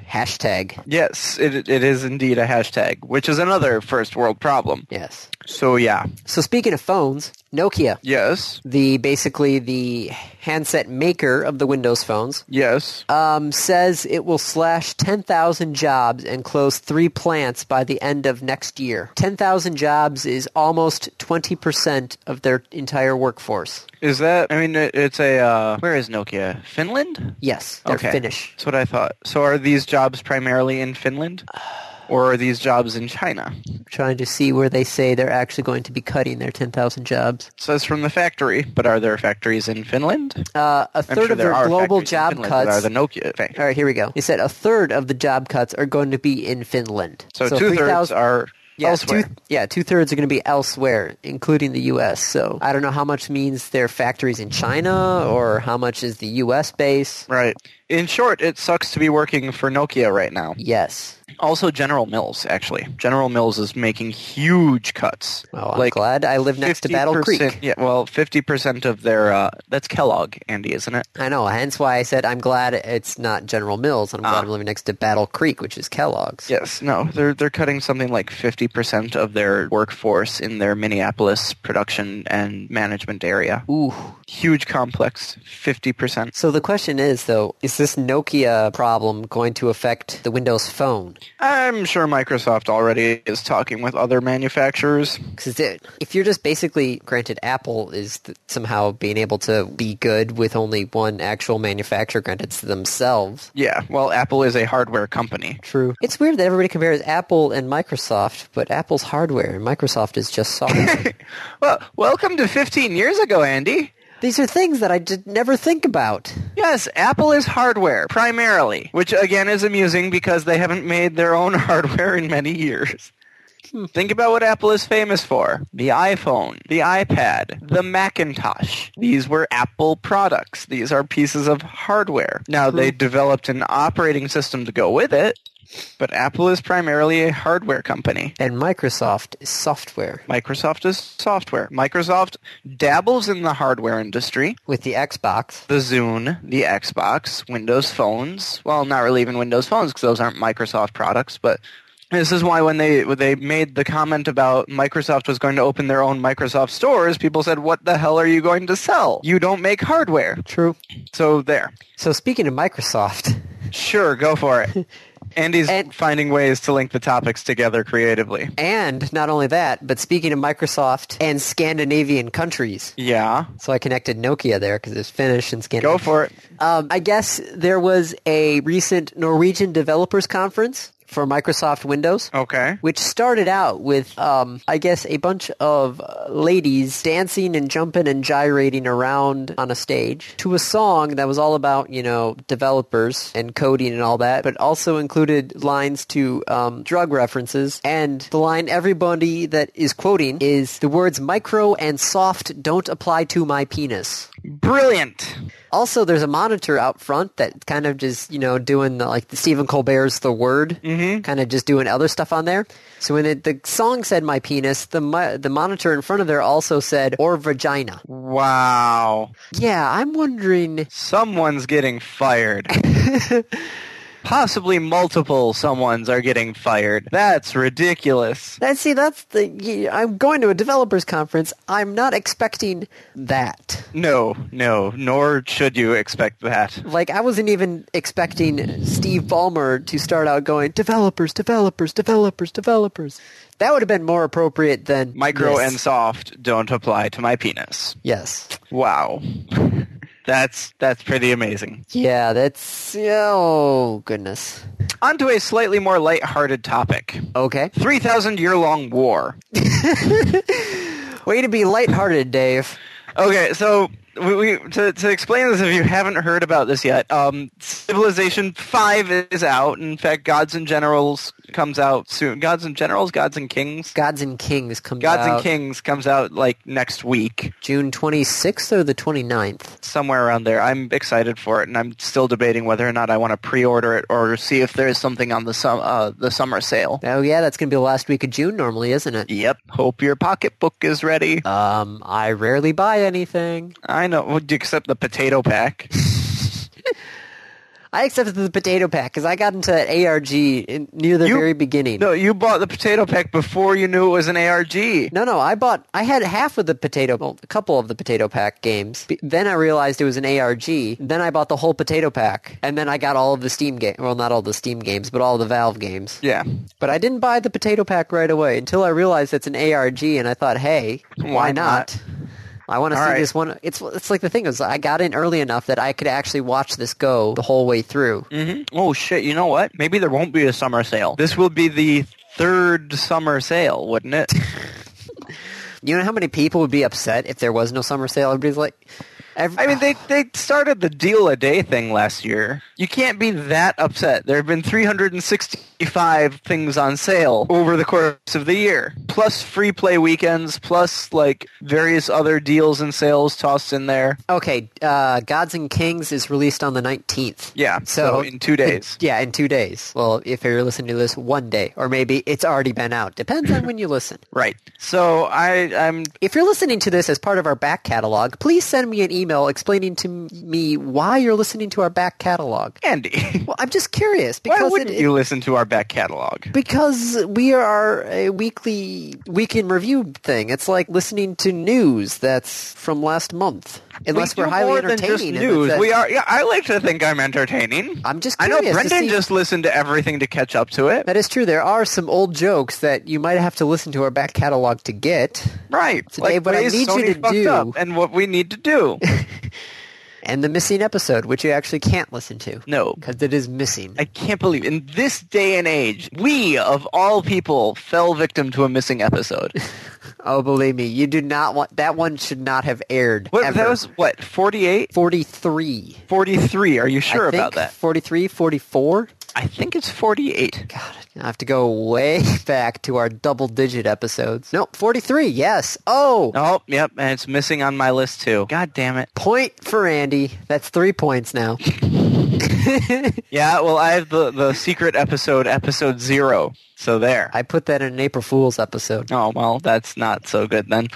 S1: hashtag
S2: Yes, it it is indeed a hashtag, which is another first world problem.
S1: yes.
S2: So yeah.
S1: So speaking of phones, Nokia
S2: Yes.
S1: the basically the handset maker of the Windows phones
S2: Yes.
S1: um, says it will slash 10,000 jobs and close three plants by the end of next year. 10,000 jobs is almost 20% of their entire workforce.
S2: Is that? I mean, it, it's a. Uh, where is Nokia? Finland.
S1: Yes, they're Finnish.
S2: That's what I thought. So are these jobs primarily in Finland, or are these jobs in China?
S1: I'm trying to see where they say they're actually going to be cutting their 10,000 jobs.
S2: It says from the factory, but are there factories in Finland?
S1: Uh, a
S2: I'm
S1: third
S2: sure
S1: of their
S2: there are
S1: global
S2: factories in
S1: job
S2: Finland that
S1: cuts.
S2: are the Nokia. fac-
S1: all right, here we go. He said a third of the job cuts are going to be in Finland.
S2: So, two thirds
S1: 3,000
S2: are
S1: Yeah,
S2: elsewhere.
S1: two, yeah, two thirds are going to be elsewhere, including the U.S. So I don't know how much means their factories in China or how much is the U.S. base.
S2: Right. In short, it sucks to be working for Nokia right now.
S1: Yes.
S2: Also, General Mills, actually. General Mills is making huge cuts.
S1: Well, Oh, I'm glad I live next to Battle
S2: 50%
S1: Creek.
S2: Yeah, well, 50% of their, uh, that's Kellogg, Andy, isn't it?
S1: I know. Hence why I said I'm glad it's not General Mills. and I'm
S2: Ah.
S1: glad I'm living next to Battle Creek, which is Kellogg's.
S2: Yes, no, they're, they're cutting something like 50% of their workforce in their Minneapolis production and management area.
S1: Ooh.
S2: Huge complex, 50%.
S1: So the question is, though, is this Nokia problem going to affect the Windows Phone?
S2: I'm sure Microsoft already is talking with other manufacturers.
S1: Because if you're just basically granted, Apple is th- somehow being able to be good with only one actual manufacturer, granted it's themselves.
S2: Yeah, well, Apple is a hardware company.
S1: True. It's weird that everybody compares Apple and Microsoft, but Apple's hardware and Microsoft is just software.
S2: Well, welcome to 15 years ago, Andy.
S1: These are things that I did never think about.
S2: Yes, Apple is hardware primarily, which again is amusing because they haven't made their own hardware in many years. Think about what Apple is famous for. The iPhone, the iPad, the Macintosh. These were Apple products. These are pieces of hardware. Now, they developed an operating system to go with it, but Apple is primarily a hardware company.
S1: And Microsoft is software
S2: Microsoft is software. Microsoft dabbles in the hardware industry,
S1: with the Xbox.
S2: the Zune, the Xbox, Windows phones. Well, not really even Windows phones because those aren't Microsoft products, but this is why when they when they made the comment about Microsoft was going to open their own Microsoft stores, people said, "What the hell are you going to sell? You don't make hardware."
S1: True.
S2: So there.
S1: So speaking of Microsoft,
S2: Sure, go for it. Andy's
S1: And-
S2: finding ways to link the topics together creatively.
S1: and not only that, but speaking of Microsoft and Scandinavian countries.
S2: Yeah.
S1: So I connected Nokia there because it's Finnish and Scandinavian.
S2: Go for it.
S1: Um, I guess there was a recent Norwegian developers conference for Microsoft Windows.
S2: Okay.
S1: Which started out with, um, I guess, a bunch of uh, ladies dancing and jumping and gyrating around on a stage to a song that was all about, you know, developers and coding and all that, but also included lines to um, drug references. And the line everybody that is quoting is the words micro and soft don't apply to my penis.
S2: Brilliant.
S1: Also, there's a monitor out front that kind of just, you know, doing the, like the Stephen Colbert's The Word,
S2: Mm-hmm.
S1: kind of just doing other stuff on there. So when it, the song said my penis, the, mo- the monitor in front of there also said or vagina.
S2: Wow.
S1: Yeah, I'm wondering.
S2: Someone's getting fired. Possibly multiple someone's are getting fired. That's ridiculous.
S1: That see, that's the. y- I'm going to a developers conference. I'm not expecting that.
S2: No, no, nor should you expect that.
S1: Like I wasn't even expecting Steve Ballmer to start out going developers, developers, developers, developers. That would have been more appropriate than
S2: Micro
S1: this.
S2: and soft don't apply to my penis.
S1: yes,
S2: Wow. That's that's pretty amazing.
S1: yeah. That's oh goodness.
S2: On to a slightly more lighthearted topic.
S1: Okay,
S2: 3000 year long war.
S1: way to be lighthearted, Dave.
S2: Okay, so we, we to to explain this if you haven't heard about this yet, um, Civilization Five is out. In fact, Gods and Generals comes out soon. Gods and Generals, Gods and Kings,
S1: Gods and Kings comes
S2: Gods
S1: out
S2: and Kings comes out like next week,
S1: June 26th or the 29th.
S2: somewhere around there. I'm excited for it, and I'm still debating whether or not I want to pre-order it or see if there is something on the sum uh, the summer sale.
S1: Oh yeah, that's gonna be the last week of June normally, isn't it?
S2: Yep. Hope your pocketbook is ready.
S1: Um, I rarely buy anything.
S2: I know, well, except the potato pack.
S1: I accepted the potato pack because I got into that ARG in, near the
S2: You-
S1: very beginning.
S2: No, you bought the potato pack before you knew it was an ARG.
S1: no, no, I bought. I had half of the potato, well, a couple of the potato pack games. Be- Then I realized it was an ARG. Then I bought the whole potato pack, and then I got all of the Steam game. Well, not all the Steam games, but all the Valve games.
S2: Yeah.
S1: But I didn't buy the potato pack right away until I realized it's an ARG, and I thought, hey, why,
S2: Why
S1: not? I want to
S2: All
S1: see
S2: right.
S1: this one. It's it's like the thing is, I got in early enough that I could actually watch this go the whole way through.
S2: hmm Oh shit! You know what? Maybe there won't be a summer sale. This will be the third summer sale, wouldn't it?
S1: You know how many people would be upset if there was no summer sale? Everybody's like, ev-
S2: I mean, they they started the deal a day thing last year. You can't be that upset. There have been 365 things on sale over the course of the year, plus free play weekends, plus like various other deals and sales tossed in there.
S1: okay, uh, Gods and Kings is released on the nineteenth.
S2: Yeah.
S1: So-
S2: so in two days.
S1: Yeah, in two days. Well, if you're listening to this, one day, or maybe it's already been out. Depends on when you listen.
S2: Right. So I I'm
S1: If you're listening to this as part of our back catalog, please send me an email explaining to me why you're listening to our back catalog.
S2: Andy.
S1: Well, I'm just curious because
S2: Why
S1: it-
S2: wouldn't
S1: it-
S2: you listen to our back catalog?
S1: because we are a weekly week in review thing. It's like listening to news that's from last month. Unless
S2: we
S1: are
S2: do
S1: highly
S2: more
S1: entertaining. and
S2: Than just
S1: that's
S2: news.
S1: it.
S2: We are. Yeah, I like to think I'm entertaining.
S1: I'm just
S2: I know
S1: curious. to
S2: Brendan
S1: see-
S2: just listened to everything to catch up to it.
S1: That is true. There are some old jokes that you might have to listen to our back catalog to get.
S2: Right.
S1: So, Dave, what I
S2: ways
S1: need you
S2: Sony
S1: to
S2: fucked
S1: do-
S2: up and what we need to do.
S1: And the missing episode, which you actually can't listen to.
S2: no.
S1: Because it is missing.
S2: I can't believe in this day and age, we of all people fell victim to a missing episode.
S1: Oh, believe me, you do not want that one. Should not have aired.
S2: What
S1: ever.
S2: that was what 48,
S1: forty-three.
S2: 43. Are you sure
S1: I think
S2: about that?
S1: 43, 44?
S2: I think it's 48.
S1: God, I have to go way back to our double-digit episodes. No, forty-three. Yes. Oh,
S2: Oh, yep, and it's missing on my list too. God damn it.
S1: point for Andy. That's three points now.
S2: Yeah, well, I have the the secret episode, episode zero. So there.
S1: I put that in an April Fool's episode.
S2: Oh well, that's not so good then.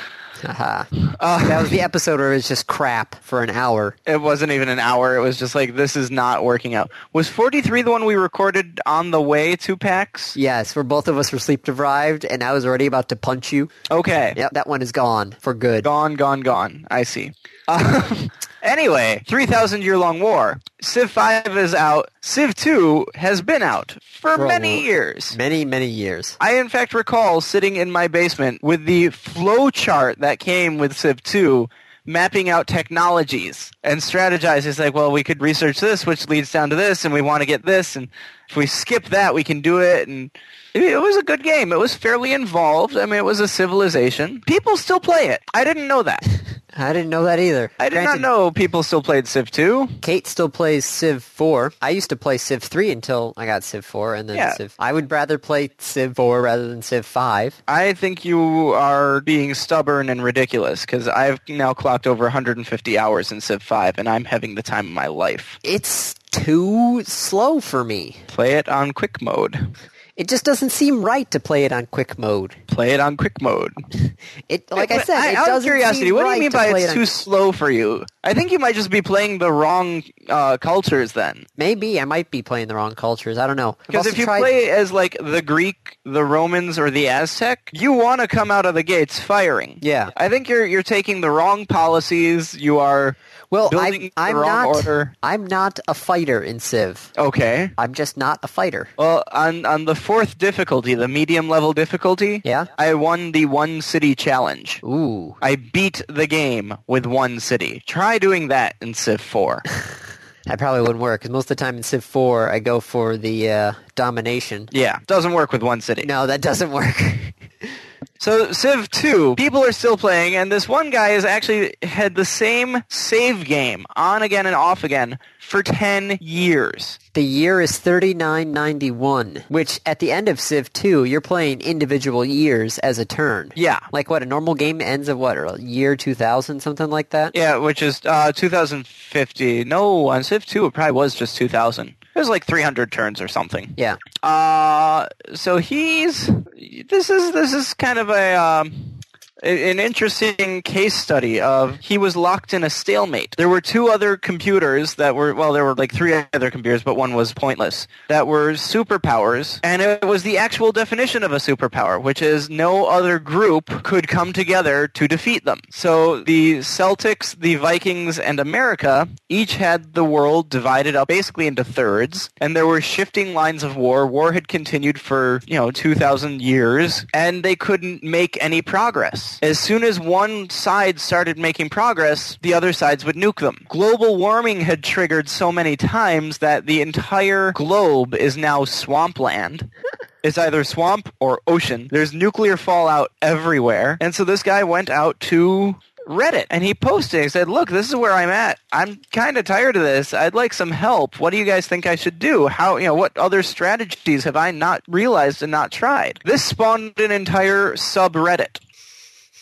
S1: Haha.
S2: Uh,
S1: that was the episode where it was just crap for an hour.
S2: it wasn't even an hour. It was just like this is not working out. Was forty three the one we recorded on the way to PAX?
S1: Yes, where both of us were sleep deprived, and I was already about to punch you.
S2: Okay,
S1: Yep, that one is gone for good.
S2: gone, gone, gone. I see. Um, anyway, three thousand year long war. Civ five is out. Civ two has been out for
S1: For a
S2: many
S1: long-
S2: years.
S1: Many, many years.
S2: I in fact recall sitting in my basement with the flow chart that came with Civ 2 mapping out technologies and strategizing. It's like, well, we could research this, which leads down to this, and we want to get this, and if we skip that, we can do it. And it, it was a good game. It was fairly involved. I mean, it was a civilization. People still play it. I didn't know that.
S1: I didn't know that either.
S2: I did not
S1: Granted,
S2: know people still played Civ 2.
S1: Kate still plays Civ 4. I used to play Civ 3 until I got Civ 4 and then
S2: Yeah.
S1: Civ... I would rather play Civ 4 rather than Civ 5.
S2: I think you are being stubborn and ridiculous because I've now clocked over 150 hours in Civ 5 and I'm having the time of my life.
S1: It's too slow for me.
S2: Play it on quick mode.
S1: It just doesn't seem right to play it on quick mode.
S2: Play it on quick mode.
S1: It like I
S2: But
S1: said, it
S2: out
S1: doesn't
S2: of curiosity,
S1: seem
S2: what do
S1: right
S2: you mean
S1: to
S2: by
S1: play it
S2: it's
S1: on-
S2: too slow for you? I think you might just be playing the wrong uh, cultures then.
S1: Maybe I might be playing the wrong cultures. I don't know. I've
S2: Because
S1: also
S2: if you
S1: tried-
S2: play as like the Greek, the Romans, or the Aztec, you want to come out of the gates firing.
S1: Yeah.
S2: I think you're you're taking the wrong policies. You are
S1: well,
S2: building
S1: I'm, I'm
S2: the wrong
S1: not.
S2: order.
S1: I'm not a fighter in Civ.
S2: Okay.
S1: I'm just not a fighter.
S2: Well, on on the fourth difficulty, the medium level difficulty,
S1: Yeah.
S2: I won the one city challenge.
S1: Ooh,
S2: I beat the game with one city. Try doing that in Civ 4.
S1: that probably wouldn't work. Because most of the time in Civ Four, I go for the uh, domination.
S2: yeah, doesn't work with one city.
S1: No, that doesn't work.
S2: So Civ 2, people are still playing, and this one guy has actually had the same save game on again and off again for 10 years.
S1: the year is thirty nine ninety one, which at the end of Civ Two, you're playing individual years as a turn.
S2: Yeah.
S1: Like what? A normal game ends of what? or Year two thousand, something like that.
S2: Yeah, which is uh, 2050. No, on Civ 2 it probably was just 2000. It was like 300 turns or something.
S1: Yeah.
S2: Uh, so he's this is this is kind of a um, a- an interesting case study of he was locked in a stalemate. There were two other computers that were well, there were like three other computers, but one was pointless. That were superpowers, and it was the actual definition of a superpower, which is no other group could come together to defeat them. So the Celtics, the Vikings, and America each had the world divided up basically into thirds, and there were shifting lines of war. War had continued for, you know, 2,000 years, and they couldn't make any progress. As soon as one side started making progress, the other sides would nuke them. Global warming had triggered so many times that the entire globe is now swampland. It's either swamp or ocean. There's nuclear fallout everywhere. And so this guy went out to Reddit and he posted and said, Look, this is where I'm at. I'm kind of tired of this. I'd like some help. What do you guys think I should do? How, you know, what other strategies have I not realized and not tried? This spawned an entire subreddit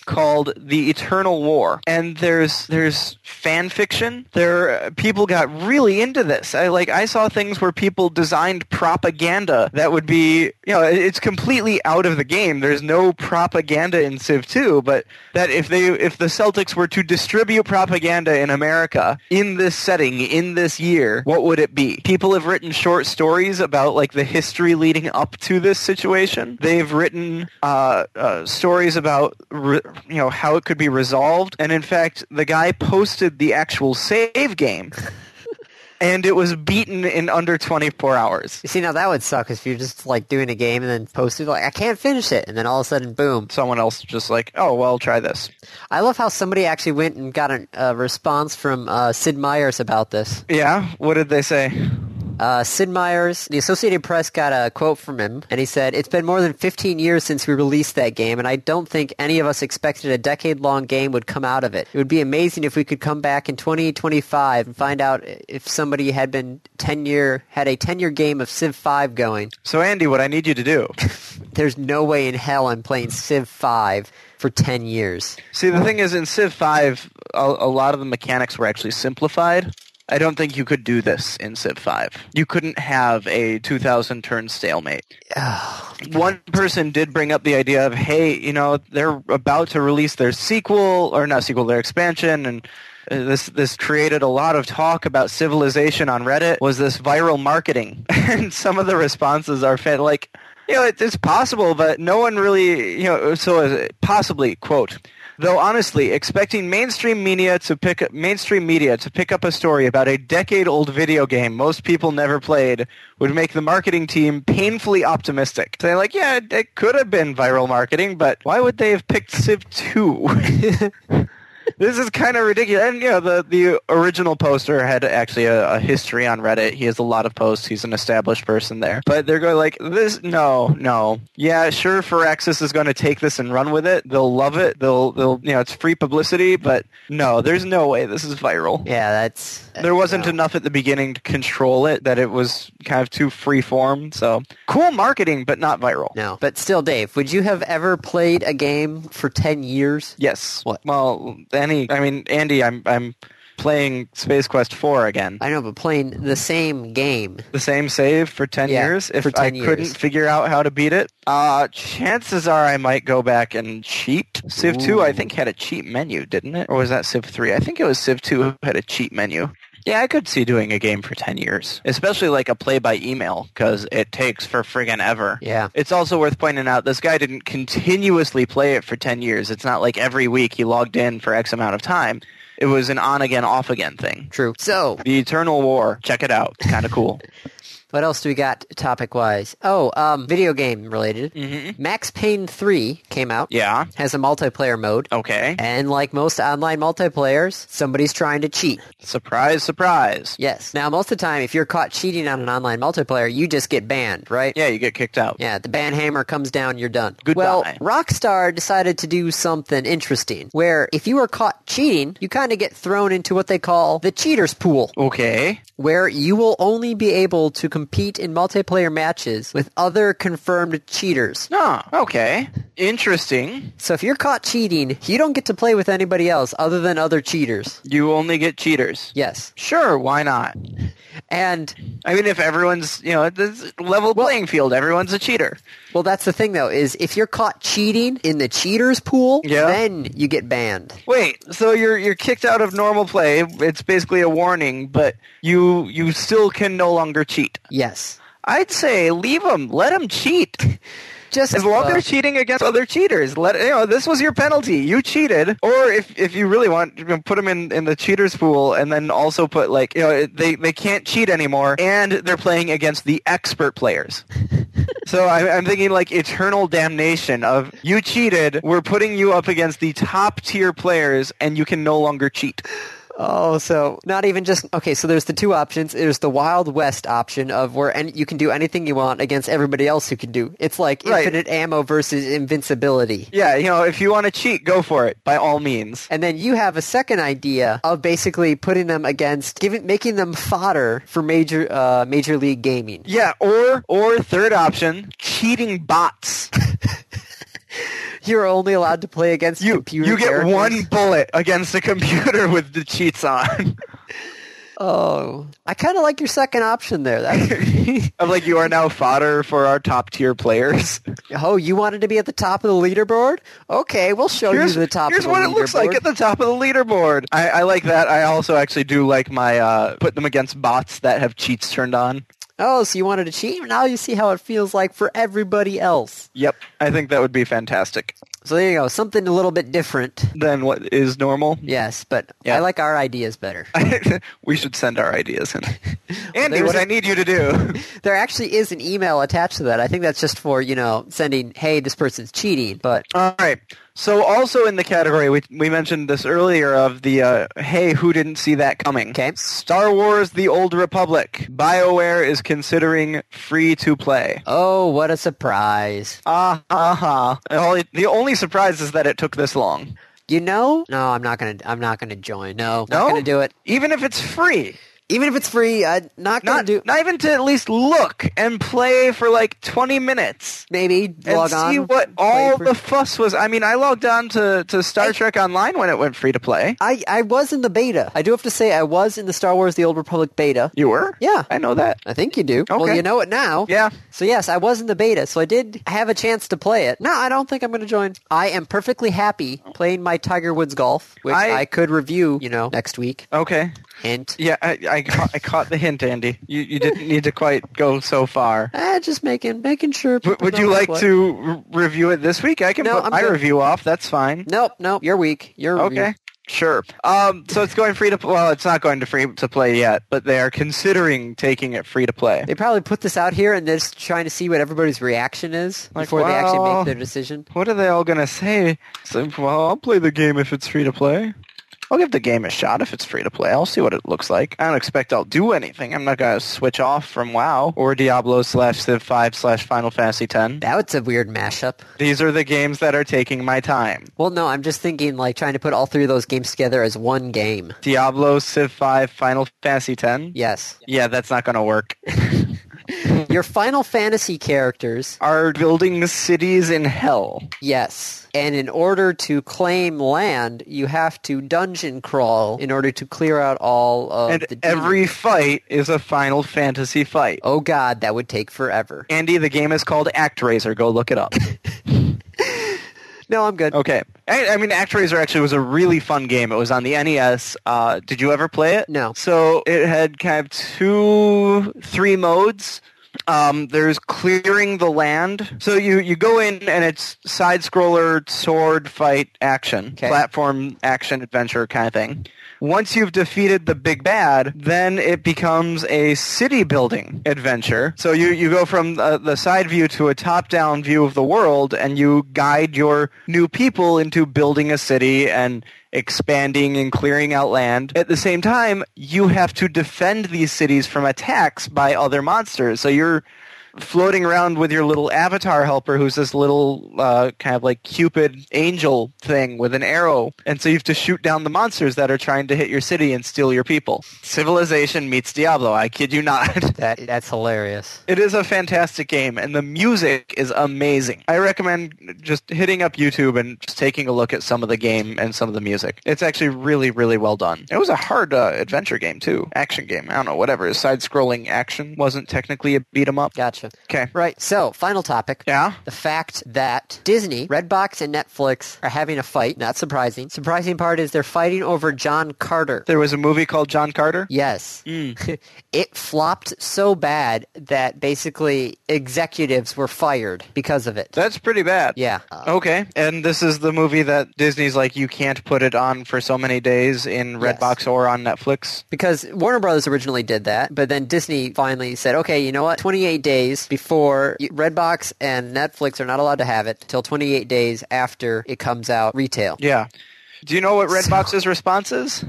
S2: called The Eternal War. And there's there's fan fiction. There people got really into this. I like I saw things where people designed propaganda that would be, you know, it- it's completely out of the game. There's no propaganda in Civ 2, but that if they if the Celtics were to distribute propaganda in America in this setting in this year, what would it be? People have written short stories about like the history leading up to this situation. They've written uh, uh, stories about re- you know how it could be resolved, and in fact, the guy posted the actual save game, and it was beaten in under 24 hours.
S1: You see, now that would suck if you're just like doing a game and then posted like I can't finish it, and then all of a sudden, boom!
S2: Someone else just like, oh well, try this.
S1: I love how somebody actually went and got a uh, response from uh, Sid Meier's about this.
S2: Yeah, what did they say?
S1: Uh, Sid Meier's, the Associated Press got a quote from him, and he said, "It's been more than 15 years since we released that game, and I don't think any of us expected a decade-long game would come out of it. It would be amazing if we could come back in 2025 and find out if somebody had been 10 year had a 10 year game of Civ 5 going."
S2: So Andy, what I need you to do.
S1: There's no way in hell I'm playing Civ 5 for 10 years.
S2: See, the thing is, in Civ 5, a, a lot of the mechanics were actually simplified. I don't think you could do this in Civ 5. You couldn't have a 2,000 turn stalemate. One person did bring up the idea of, hey, you know, they're about to release their sequel, or not sequel, their expansion, and uh, this this created a lot of talk about civilization on Reddit. Was this viral marketing? And some of the responses are fan- like, you know, it, it's possible, but no one really, you know, so uh, possibly quote. Though honestly, expecting mainstream media to pick mainstream media to pick up a story about a decade-old video game most people never played would make the marketing team painfully optimistic. They're like, yeah, it, it could have been viral marketing, but why would they have picked Civ 2? This is kind of ridiculous. And you know, the the original poster had actually a, a history on Reddit. He has a lot of posts. He's an established person there. But they're going like this. No, no. Yeah, sure. Firaxis is going to take this and run with it. They'll love it. They'll they'll you know it's free publicity. But no, there's no way this is viral.
S1: Yeah, that's
S2: There wasn't
S1: no.
S2: enough at the beginning to control it that it was kind of too free form. So cool marketing, but not viral.
S1: No, but still, Dave, would you have ever played a game for ten years?
S2: Yes.
S1: What?
S2: Well, any. I mean, Andy, I'm I'm playing Space Quest Four again.
S1: I know, but playing the same game.
S2: the same save for 10
S1: Yeah,
S2: years if
S1: for 10
S2: I
S1: years.
S2: couldn't figure out how to beat it. Uh, chances are I might go back and cheat. Civ 2 I
S1: Ooh.
S2: think had a cheat menu, didn't it? Or was that Civ 3? I think it was Civ 2 had a cheat menu. Yeah, I could see doing a game for 10 years, especially like a play by email cuz it takes for friggin' ever.
S1: Yeah.
S2: It's also worth pointing out this guy didn't continuously play it for 10 years. It's not like every week he logged in for X amount of time. It was an on again off again thing.
S1: True. So,
S2: The Eternal War. Check it out. It's kind of cool.
S1: what else do we got topic wise? Oh, um, video game related.
S2: Mm-hmm.
S1: Max Payne 3 came out,
S2: Yeah.
S1: has a multiplayer mode.
S2: Okay.
S1: And like most online multiplayers, somebody's trying to cheat.
S2: Surprise, surprise.
S1: Yes. Now, most of the time, if you're caught cheating on an online multiplayer, you just get banned, right?
S2: Yeah, you get kicked out.
S1: Yeah, the ban hammer comes down, you're done.
S2: Goodbye.
S1: Well, Rockstar decided to do something interesting, where if you are caught cheating, you kind of get thrown into what they call the cheaters pool,
S2: Okay.
S1: where you will only be able to compete in multiplayer matches with other confirmed cheaters.
S2: No. Okay. Interesting.
S1: So if you're caught cheating, you don't get to play with anybody else other than other cheaters.
S2: You only get cheaters.
S1: Yes.
S2: Sure, why not?
S1: And
S2: I mean, if everyone's, you know, this level playing field, everyone's a cheater.
S1: Well, that's the thing though is if you're caught cheating in the cheaters pool,
S2: Yeah.
S1: then you get banned.
S2: Wait, so you're you're kicked out of normal play. It's basically a warning, but you you still can no longer cheat.
S1: Yes.
S2: I'd say leave them, let them cheat.
S1: Just
S2: As long as
S1: uh,
S2: they're cheating against other cheaters, let you know this was your penalty. You cheated, or if if you really want, you can put them in in the cheaters pool, and then also put like you know it- they they can't cheat anymore, and they're playing against the expert players. so I, I'm thinking like eternal damnation of you cheated. We're putting you up against the top tier players, and you can no longer cheat.
S1: oh, so not even just okay. So there's the two options. There's the Wild West option of where any, you can do anything you want against everybody else who can do. It's like
S2: Right.
S1: infinite ammo versus invincibility.
S2: Yeah, you know if you want to cheat, go for it by all means.
S1: And then you have a second idea of basically putting them against, giving, making them fodder for major, uh, major league gaming.
S2: Yeah, or or third option, cheating bots.
S1: You're only allowed to play against
S2: You
S1: computer
S2: you get
S1: characters.
S2: one bullet against a computer with the cheats on.
S1: Oh, I kind of like your second option there. That's,
S2: I'm like, you are now fodder for our top tier players.
S1: oh, you wanted to be at the top of the leaderboard? Okay, we'll show
S2: Here's,
S1: you the top.
S2: here's
S1: of the
S2: what it looks like
S1: leaderboard.
S2: at the top of the leaderboard. I, I like that. I also actually do like my uh, put them against bots that have cheats turned on.
S1: oh, so you wanted to cheat? Now you see how it feels like for everybody else.
S2: Yep, I think that would be fantastic.
S1: So there you go, something a little bit different.
S2: Then what is normal?
S1: Yes, but
S2: Yeah.
S1: I like our ideas better.
S2: we should send our ideas in. Andy,
S1: there's
S2: what
S1: a-
S2: I need you to do.
S1: There actually is an email attached to that. I think that's just for you know sending, hey, this person's cheating. But
S2: All right. So also in the category, we, we mentioned this earlier of the, uh, hey, who didn't see that coming?
S1: Okay.
S2: Star Wars The Old Republic. BioWare is considering free to play.
S1: oh, what a surprise!
S2: Ah, uh-huh. The only surprise is that it took this long.
S1: You know, no, I'm not gonna, I'm not gonna join. No,
S2: No?
S1: not gonna do it.
S2: Even if it's free.
S1: Even if it's free, I'm not gonna
S2: Not,
S1: do.
S2: not even to at least look and play for like 20 minutes.
S1: maybe
S2: And
S1: log on.
S2: see what
S1: play
S2: all
S1: for-
S2: the fuss was. I mean, I logged on to, to Star
S1: I-
S2: Trek Online when it went free to play.
S1: I I was in the beta. I do have to say I was in the Star Wars: The Old Republic beta.
S2: You were?
S1: Yeah.
S2: I know that.
S1: I think you do. Well,
S2: Okay.
S1: you know it now.
S2: Yeah.
S1: So yes, I was in the beta, so I did have a chance to play it. No, I don't think I'm going to join. I am perfectly happy playing my Tiger Woods golf, which I,
S2: I-
S1: could review, you know, next week.
S2: Okay.
S1: Hint.
S2: Yeah, I, I, ca- I caught the hint, Andy. You, you didn't need to quite go so far.
S1: Ah, just making making sure.
S2: W-
S1: people
S2: would
S1: know
S2: you
S1: what-
S2: like to r- review it this week? I can
S1: No,
S2: put
S1: I'm
S2: my
S1: good.
S2: review off. That's fine.
S1: Nope, nope. You're weak. You're
S2: Okay.
S1: Weak.
S2: Sure. Um, so it's going free to well, it's not going to free to play yet, but they are considering taking it free to play.
S1: They probably put this out here and they're just trying to see what everybody's reaction is
S2: Like,
S1: before they actually
S2: well-
S1: make their decision.
S2: What are they all gonna say? So, well, I'll play the game if it's free to play. I'll give the game a shot if it's free to play. I'll see what it looks like. I don't expect I'll do anything. I'm not gonna switch off from WoW or Diablo slash Civ Five slash Final Fantasy Ten.
S1: That was a weird mashup.
S2: These are the games that are taking my time.
S1: Well, no, I'm just thinking like trying to put all three of those games together as one game.
S2: Diablo, Civ Five, Final Fantasy Ten.
S1: Yes.
S2: Yeah, that's not gonna work.
S1: Your Final Fantasy characters,
S2: Are building cities in hell.
S1: yes. And in order to claim land, you have to dungeon crawl in order to clear out all of
S2: and
S1: the demons.
S2: every fight is a Final Fantasy fight.
S1: Oh god, that would take forever.
S2: Andy, the game is called ActRaiser. Go look it up.
S1: No, I'm good.
S2: okay. I, I mean, ActRaiser actually was a really fun game. It was on the NES. Uh, did you ever play it?
S1: No.
S2: So it had kind of two, three modes. Um, there's clearing the land. So you, you go in and it's side scroller, sword fight action,
S1: Okay.
S2: platform action adventure kind of thing. Once you've defeated the big bad, then it becomes a city building adventure. So you, you go from uh, the side view to a top down view of the world and you guide your new people into building a city and expanding and clearing out land. At the same time, you have to defend these cities from attacks by other monsters. So you're floating around with your little avatar helper who's this little uh, kind of like cupid angel thing with an arrow and so you have to shoot down the monsters that are trying to hit your city and steal your people civilization meets diablo i kid you not
S1: That that's hilarious.
S2: It is a fantastic game, and the music is amazing. I recommend just hitting up YouTube and just taking a look at some of the game and some of the music. It's actually really, really well done. It was a hard uh, adventure game too, action game. I don't know, whatever. Side-scrolling action wasn't technically a beat 'em up.
S1: Gotcha.
S2: Okay,
S1: Right. So, final topic.
S2: yeah.
S1: The fact that Disney, Redbox, and Netflix are having a fight. Not surprising. Surprising part is they're fighting over John Carter.
S2: There was a movie called John Carter.
S1: Yes.
S2: Mm.
S1: it flopped so bad that basically executives were fired because of it.
S2: That's pretty bad.
S1: Yeah. Uh,
S2: Okay, and this is the movie that Disney's like, you can't put it on for so many days in
S1: Yes.
S2: Redbox or on Netflix.
S1: Because Warner Brothers originally did that, but then Disney finally said, okay, you know what? 28 days before Redbox and Netflix are not allowed to have it till 28 days after it comes out retail.
S2: Yeah. Do you know what Redbox's response is?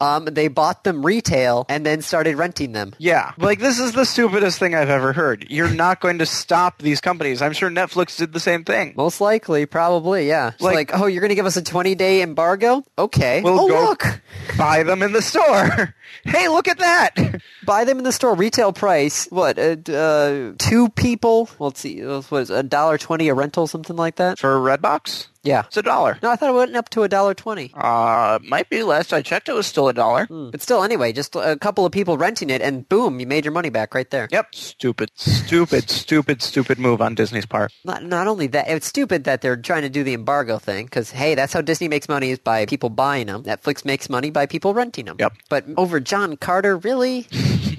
S1: Um, they bought them retail and then started renting them.
S2: Yeah. Like, this is the stupidest thing I've ever heard. You're not going to stop these companies. I'm sure Netflix did the same thing.
S1: Most likely, probably, yeah. It's like,
S2: Like-
S1: oh, you're going to give us a 20 day embargo? Okay.
S2: We'll
S1: oh,
S2: go-
S1: look.
S2: Buy them in the store. hey, look at that.
S1: Buy them in the store retail price. What? Uh, d- uh, two people? Well, let's see. uh, What is a dollar twenty a rental, something like that?
S2: For Redbox?
S1: Yeah.
S2: It's a dollar.
S1: No, I thought it went up to a dollar twenty.
S2: Uh, might be less. I checked it was still a dollar.
S1: Hmm. But still, anyway, just a couple of people renting it, and boom, you made your money back right there.
S2: Yep. Stupid, stupid, stupid, stupid move on Disney's part.
S1: Not, not only that, it's stupid that they're trying to do the embargo thing because hey, that's how Disney makes money is by people buying them. Netflix makes money by people renting them.
S2: Yep.
S1: But over John Carter, really?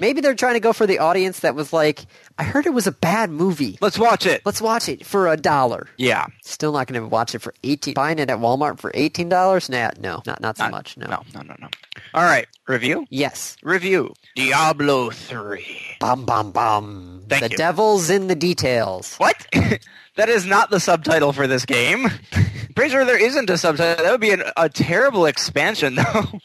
S1: Maybe they're trying to go for the audience that was like, I heard it was a bad movie.
S2: Let's watch it.
S1: Let's watch it for a dollar.
S2: Yeah.
S1: Still not going to watch it for eighteen. Buying it at Walmart for eighteen dollars? Nah, no, not not so
S2: Not-
S1: much. No.
S2: No, no, no, no. All right. Review?
S1: Yes.
S2: Review. Diablo 3.
S1: Bum bum bum.
S2: Thank
S1: the
S2: you.
S1: devil's in the details.
S2: What? that is not the subtitle for this game. Pretty sure there isn't a subtitle. That would be an, a terrible expansion, though.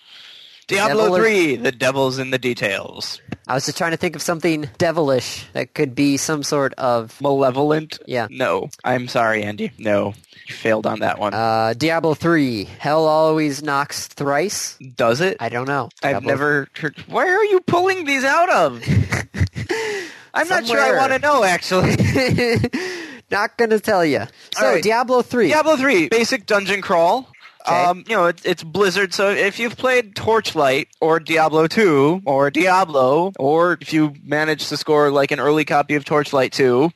S2: Diablo
S1: Devil or-
S2: 3, The Devil's in the Details.
S1: I was just trying to think of something devilish that could be some sort of
S2: Malevolent?
S1: Yeah.
S2: No. I'm sorry, Andy. No. You failed on that one.
S1: Uh, Diablo 3. Hell always knocks thrice.
S2: Does it?
S1: I don't know.
S2: I've
S1: Diablo-
S2: never heard... Where are you pulling these out of? I'm not sure I
S1: Somewhere.
S2: want to know, actually.
S1: Not gonna tell you. So,
S2: All right.
S1: Diablo 3.
S2: Diablo 3, basic dungeon crawl.
S1: Okay.
S2: Um, you know, it's, it's Blizzard, so if you've played Torchlight or Diablo 2 or Diablo, or if you manage to score like an early copy of Torchlight 2,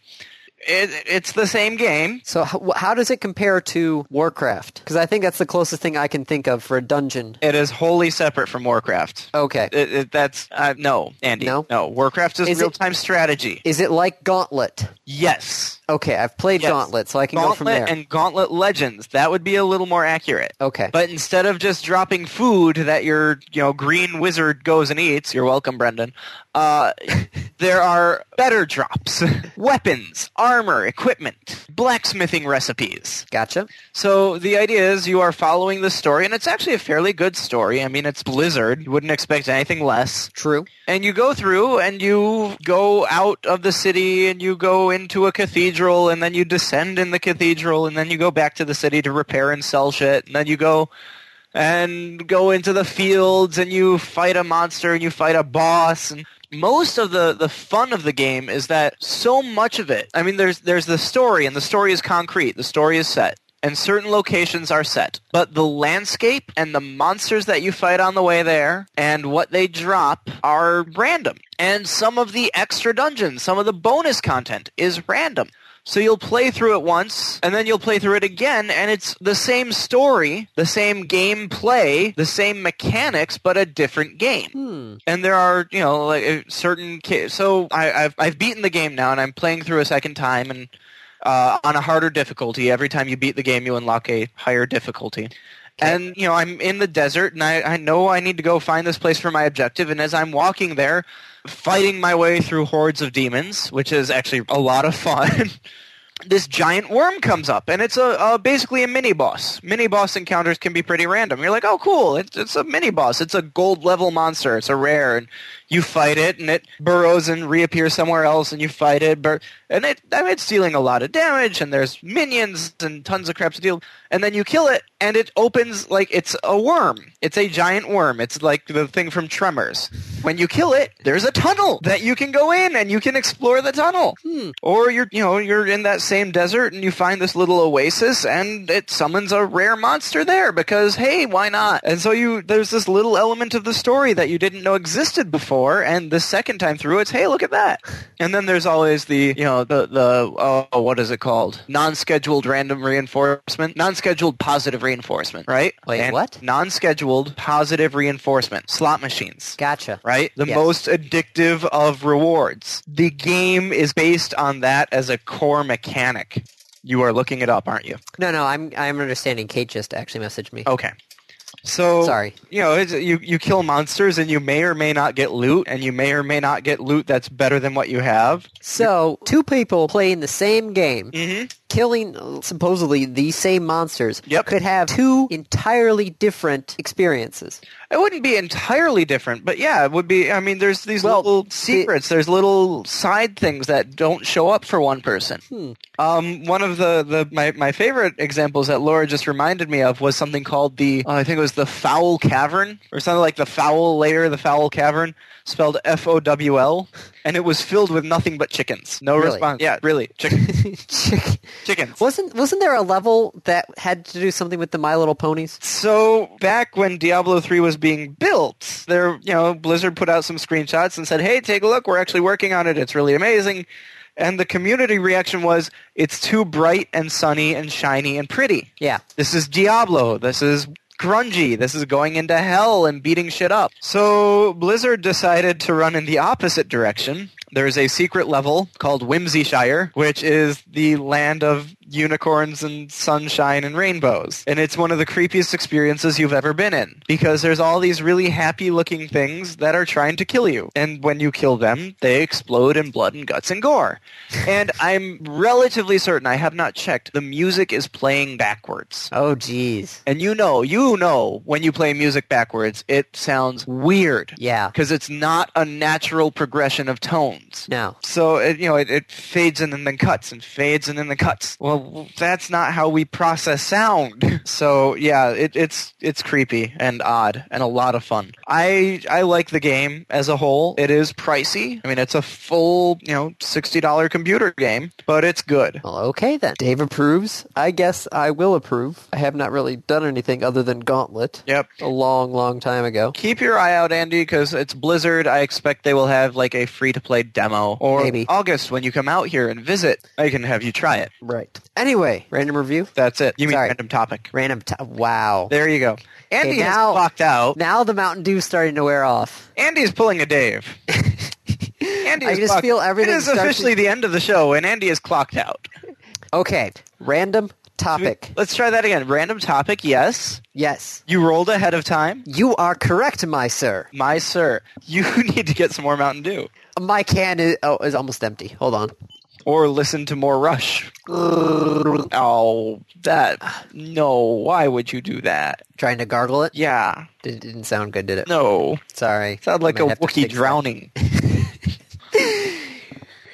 S2: it, it's the same game.
S1: So, how, how does it compare to Warcraft? Because I think that's the closest thing I can think of for a dungeon.
S2: It is wholly separate from Warcraft.
S1: Okay.
S2: It, it, that's uh, no, Andy.
S1: No?
S2: Warcraft is,
S1: Is it-
S2: real-time strategy.
S1: Is it like Gauntlet?
S2: Yes.
S1: Okay, I've played
S2: Yes.
S1: Gauntlet, so I can go from there.
S2: Gauntlet and Gauntlet Legends. That would be a little more accurate.
S1: okay.
S2: But instead of just dropping food that your you know green wizard goes and eats, you're welcome, Brendan. Uh, There are better drops, weapons, armor, equipment, blacksmithing recipes.
S1: Gotcha.
S2: So the idea is you are following the story, and it's actually a fairly good story. I mean, it's Blizzard. You wouldn't expect anything less.
S1: True.
S2: And you go through and you go out of the city and you go into a cathedral and then you descend in the cathedral and then you go back to the city to repair and sell shit and then you go and go into the fields and you fight a monster and you fight a boss and most of the, the fun of the game is that so much of it I mean there's there's the story and the story is concrete, the story is set. And certain locations are set. But the landscape and the monsters that you fight on the way there and what they drop are random. And some of the extra dungeons, some of the bonus content is random. So you'll play through it once, and then you'll play through it again, and it's the same story, the same gameplay, the same mechanics, but a different game. And there are, you know, like uh, certain ca- so I, I've I've beaten the game now, and I'm playing through a second time, and uh, on a harder difficulty. Every time you beat the game, you unlock a higher difficulty. And you know, I'm in the desert, and I, I know I need to go find this place for my objective. And as I'm walking there, fighting my way through hordes of demons, which is actually a lot of fun. this giant worm comes up, and it's a, a basically a mini boss. Mini boss encounters can be pretty random. You're like, oh, cool! It's, it's a mini boss. It's a gold level monster. It's a rare, and you fight it, and it burrows and reappears somewhere else, and you fight it, bur- and it I mean, it's dealing a lot of damage, and there's minions and tons of crap to deal. And then you kill it, and it opens like it's a worm. It's a giant worm. It's like the thing from Tremors. When you kill it, there's a tunnel that you can go in, and you can explore the tunnel.
S1: Hmm.
S2: Or you're you know you're in that same desert, and you find this little oasis, and it summons a rare monster there because hey, why not? And so you there's this little element of the story that you didn't know existed before, and the second time through, it's hey, look at that. And then there's always the you know the the oh what is it called? Non-scheduled random reinforcement, non-scheduled positive reinforcement, right?
S1: Wait,
S2: And
S1: what?
S2: Non-scheduled positive reinforcement slot machines
S1: Gotcha.
S2: right? The
S1: Yes.
S2: most addictive of rewards. The game is based on that as a core mechanic. You are looking it up, aren't you?
S1: No, no, I'm I'm understanding. Kate just actually messaged me.
S2: Okay. So
S1: Sorry.
S2: you know, it's, you you kill monsters and you may or may not get loot, and you may or may not get loot that's better than what you have.
S1: So two people playing the same game,
S2: Mhm.
S1: killing uh, supposedly the same monsters,
S2: Yep.
S1: could have two entirely different experiences.
S2: It wouldn't be entirely different, but yeah, it would be. I mean, there's these
S1: Well,
S2: little secrets. there's little side things that don't show up for one person.
S1: Hmm.
S2: Um, one of the, the my, my favorite examples that Laura just reminded me of was something called the uh, I think it was the Foul Cavern or something like the Foul Layer, the Foul Cavern, spelled F O W L, and it was filled with nothing but chickens. No
S1: Really?
S2: response. Yeah, really, chickens.
S1: Chick-
S2: chickens.
S1: wasn't wasn't there a level that had to do something with the My Little Ponies?
S2: So back when Diablo 3 was being built, there you know Blizzard put out some screenshots and said, "Hey, take a look. We're actually working on it. It's really amazing." And the community reaction was, "It's too bright and sunny and shiny and pretty.
S1: Yeah.
S2: This is Diablo. This is grungy. This is going into hell and beating shit up." So Blizzard decided to run in the opposite direction. There's a secret level called Whimsyshire, which is the land of unicorns and sunshine and rainbows. And it's one of the creepiest experiences you've ever been in because there's all these really happy looking things that are trying to kill you. And when you kill them, they explode in blood and guts and gore. and I'm relatively certain, I have not checked, the music is playing backwards.
S1: Oh, geez.
S2: And you know, you know when you play music backwards, it sounds weird.
S1: Yeah.
S2: Because it's not a natural progression of tones.
S1: No.
S2: So it, you know it, it fades in and then cuts and fades in and then cuts. Well, that's not how we process sound. So yeah, it, it's it's creepy and odd and a lot of fun. I I like the game as a whole. It is pricey. I mean, it's a full you know sixty dollar computer game, but it's good.
S1: Well, okay then. Dave approves. I guess I will approve. I have not really done anything other than Gauntlet.
S2: Yep.
S1: A long, long time ago.
S2: Keep your eye out, Andy, because it's Blizzard. I expect they will have like a free to play demo or
S1: Maybe.
S2: August when you come out here and visit. I can have you try it.
S1: Right. Anyway, random review.
S2: That's it. You mean
S1: Sorry.
S2: random topic?
S1: Random. To- wow.
S2: There you go. Andy
S1: Okay,
S2: has
S1: now-
S2: clocked out.
S1: Now the Mountain Dew's starting to wear off.
S2: Andy's pulling a Dave. Andy
S1: I
S2: is
S1: just
S2: clocked-
S1: feel everything
S2: It is
S1: starts to-
S2: officially the end of the show, and Andy is clocked out.
S1: Okay. Random topic.
S2: Let's try that again. Random topic, yes.
S1: Yes.
S2: You rolled ahead of time.
S1: You are correct, my sir.
S2: My sir, you need to get some more Mountain Dew
S1: My can is, oh, is almost empty. Hold on.
S2: or listen to more Rush. Oh, that. No, why would you do that?
S1: Trying to gargle it?
S2: Yeah.
S1: Did, didn't sound good, did it?
S2: No.
S1: Sorry.
S2: Sound like
S1: I might
S2: a
S1: have to
S2: Wookiee
S1: fix that.
S2: drowning.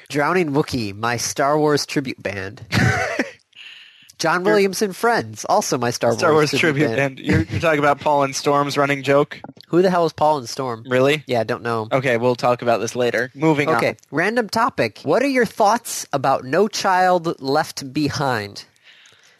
S1: Drowning Wookiee, my Star Wars tribute band. John Williams and Friends, also my Star,
S2: Star Wars tribute. And you're, you're talking about Paul and Storm's running joke?
S1: Who the hell is Paul and Storm?
S2: Really?
S1: Yeah, don't know.
S2: Okay, we'll talk about this later. Moving on.
S1: Okay, random topic. What are your thoughts about No Child Left Behind?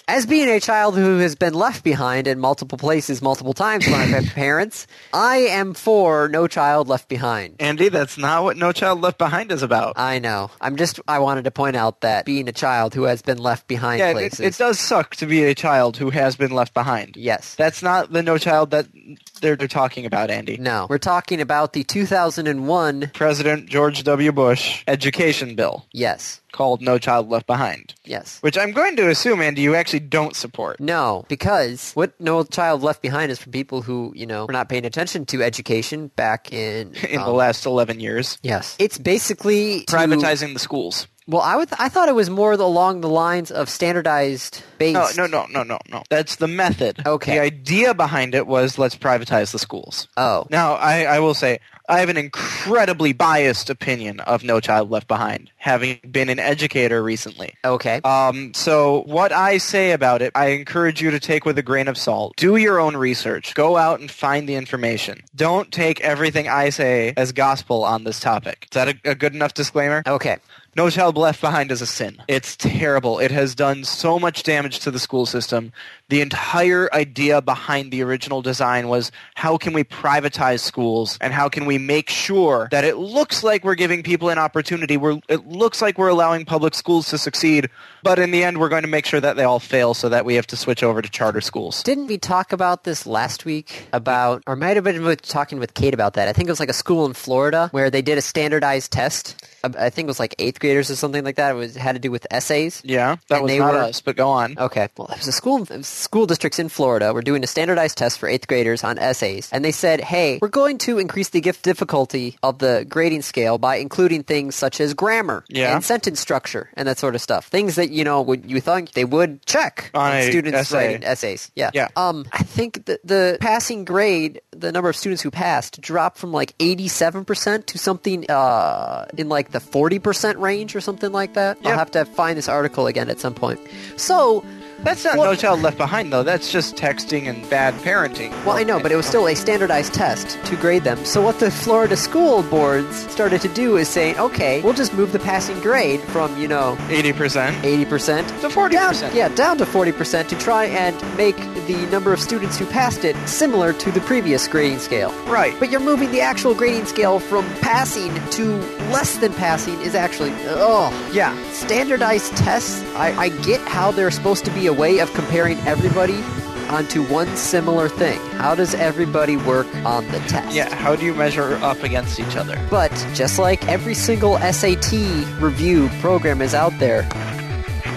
S1: As being a child who has been left behind in multiple places multiple times by my parents, I am for No Child Left Behind.
S2: Andy, that's not what No Child Left Behind is about.
S1: I know. I'm just, I wanted to point out that being a child who has been left behind
S2: yeah, it,
S1: places.
S2: it does suck to be a child who has been left behind.
S1: yes.
S2: That's not the No Child that they're, they're talking about, Andy.
S1: No. We're talking about the 2001,
S2: President George W. Bush education bill
S1: yes,
S2: called No Child Left Behind,
S1: yes.
S2: which I'm going to assume, Andy, you actually don't support.
S1: No, because what No Child Left Behind is for people who, you know, were not paying attention to education back in...
S2: In the
S1: um,
S2: last 11 years,
S1: Yes. It's basically to-
S2: privatizing the schools.
S1: well, I would I thought it was more along the lines of standardized based.
S2: No, no, no, no, no, no. That's the method.
S1: Okay.
S2: The idea behind it was let's privatize the schools.
S1: Oh.
S2: Now, I, I will say, I have an incredibly biased opinion of No Child Left Behind, having been an educator recently.
S1: Okay.
S2: Um, so what I say about it, I encourage you to take with a grain of salt. Do your own research. Go out and find the information. Don't take everything I say as gospel on this topic. Is that a, a good enough disclaimer?
S1: okay.
S2: No Child Left Behind is a sin. It's terrible. It has done so much damage to the school system. The entire idea behind the original design was how can we privatize schools and how can we make sure that it looks like we're giving people an opportunity. We're, it looks like we're allowing public schools to succeed, but in the end, we're going to make sure that they all fail so that we have to switch over to charter schools.
S1: Didn't we talk about this last week about or might have been with, talking with Kate about that. I think it was like a school in Florida where they did a standardized test. I- I think it was like 8th graders or something like that. It was had to do with essays.
S2: Yeah, that
S1: And
S2: was
S1: they
S2: not
S1: were-
S2: us, but go on.
S1: Okay. Well, it was a school school districts in Florida were doing a standardized test for eighth graders on essays, and they said, "Hey, we're going to increase the gift difficulty of the grading scale by including things such as grammar
S2: Yeah.
S1: and sentence structure and that sort of stuff. Things that you know would you think they would check
S2: On a
S1: students
S2: essay.
S1: writing essays. Yeah.
S2: Yeah.
S1: Um, I think the the passing grade, the number of students who passed, dropped from like eighty seven percent to something uh in like the forty percent range or something like that.
S2: Yeah.
S1: I'll have to find this article again at some point. So
S2: That's not
S1: Well-
S2: No Child Left Behind, though. That's just texting and bad parenting.
S1: Well, I know, but it was still a standardized test to grade them. So what the Florida school boards started to do is saying, okay, we'll just move the passing grade from, you know,
S2: 80%.
S1: 80%
S2: to 40%.
S1: down, yeah, down to 40% to try and make the number of students who passed it similar to the previous grading scale.
S2: Right.
S1: But you're moving the actual grading scale from passing to less than passing is actually, oh,
S2: yeah.
S1: standardized tests I, I get how they're supposed to be a way of comparing everybody onto one similar thing how does everybody work on the test
S2: Yeah. How do you measure up against each other?
S1: but just like every single sat review program is out there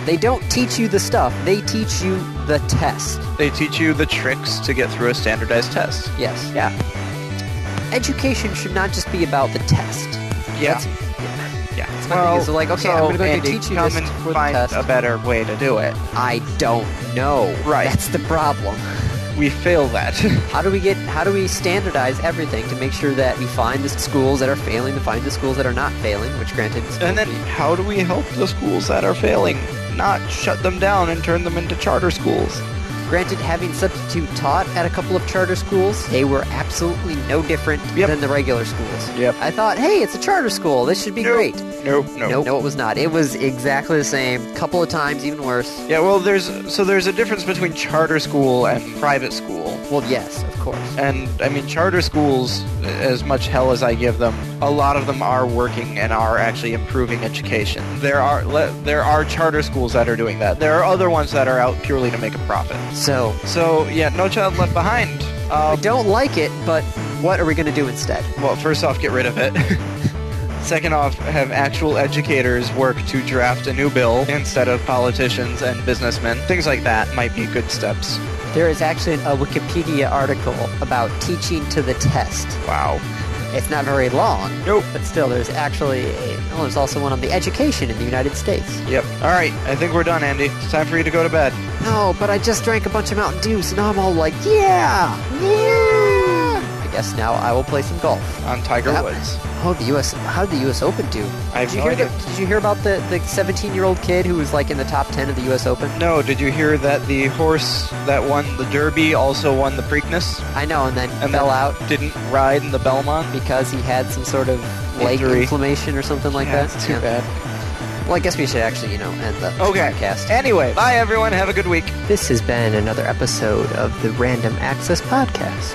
S1: they don't teach you the stuff they teach you the test
S2: They teach you the tricks to get through a standardized test.
S1: yes
S2: Yeah.
S1: education should not just be about the test
S2: Yeah.
S1: That's-
S2: yeah. It's
S1: my thing is like, okay, I'm gonna go teach you
S2: come
S1: this
S2: and
S1: for the
S2: find
S1: test.
S2: a better way to do it.
S1: i don't know
S2: Right.
S1: that's the problem
S2: We fail that.
S1: How do we get? How do we standardize everything to make sure that we find the schools that are failing, to find the schools that are not failing? Which, granted, is
S2: and then how do we help the schools that are failing? Not shut them down and turn them into charter schools.
S1: granted, having substitute taught at a couple of charter schools, they were absolutely no different
S2: Yep.
S1: than the regular schools.
S2: Yep.
S1: I thought, hey, it's a charter school. This should be great.
S2: Nope. Nope.
S1: No, no, it was not. It was exactly the same. Couple of times, even worse.
S2: Yeah, well, there's so there's a difference between charter school and private school.
S1: Well, yes, of course.
S2: And I mean, charter schools, as much hell as I give them, a lot of them are working and are actually improving education. There are le- there are charter schools that are doing that. There are other ones that are out purely to make a profit.
S1: So
S2: So yeah, no child left behind.
S1: I
S2: Um,
S1: don't like it, but what are we going to do instead?
S2: well, first off, get rid of it. Second off, have actual educators work to draft a new bill instead of politicians and businessmen. Things like that might be good steps.
S1: There is actually a Wikipedia article about teaching to the test.
S2: Wow.
S1: It's not very long.
S2: Nope.
S1: But still, there's actually a, oh, there's also one on the education in the United States.
S2: Yep. All right. I think we're done, Andy. It's time for you to go to bed.
S1: No, but I just drank a bunch of Mountain Dew, so now I'm all like, yeah, yeah. I guess now I will play some golf.
S2: On Tiger
S1: Yep.
S2: Woods.
S1: Oh, the U.S. How did the U.S. Open do?
S2: I have
S1: Did you,
S2: no
S1: hear
S2: idea.
S1: the, did you hear about the the 17 year old kid who was like in the top 10 of the U.S. Open?
S2: No, did you hear that the horse that won the Derby also won the Preakness
S1: I know, and then
S2: and
S1: fell
S2: then
S1: out
S2: Didn't ride in the Belmont.
S1: because he had some sort of leg
S2: Injury.
S1: inflammation or something like
S2: Yeah,
S1: that.
S2: it's too
S1: Yeah.
S2: bad.
S1: Well, I guess we should actually, you know, end the
S2: Okay.
S1: podcast.
S2: Anyway, bye everyone. Have a good week.
S1: This has been another episode of the Random Access Podcast.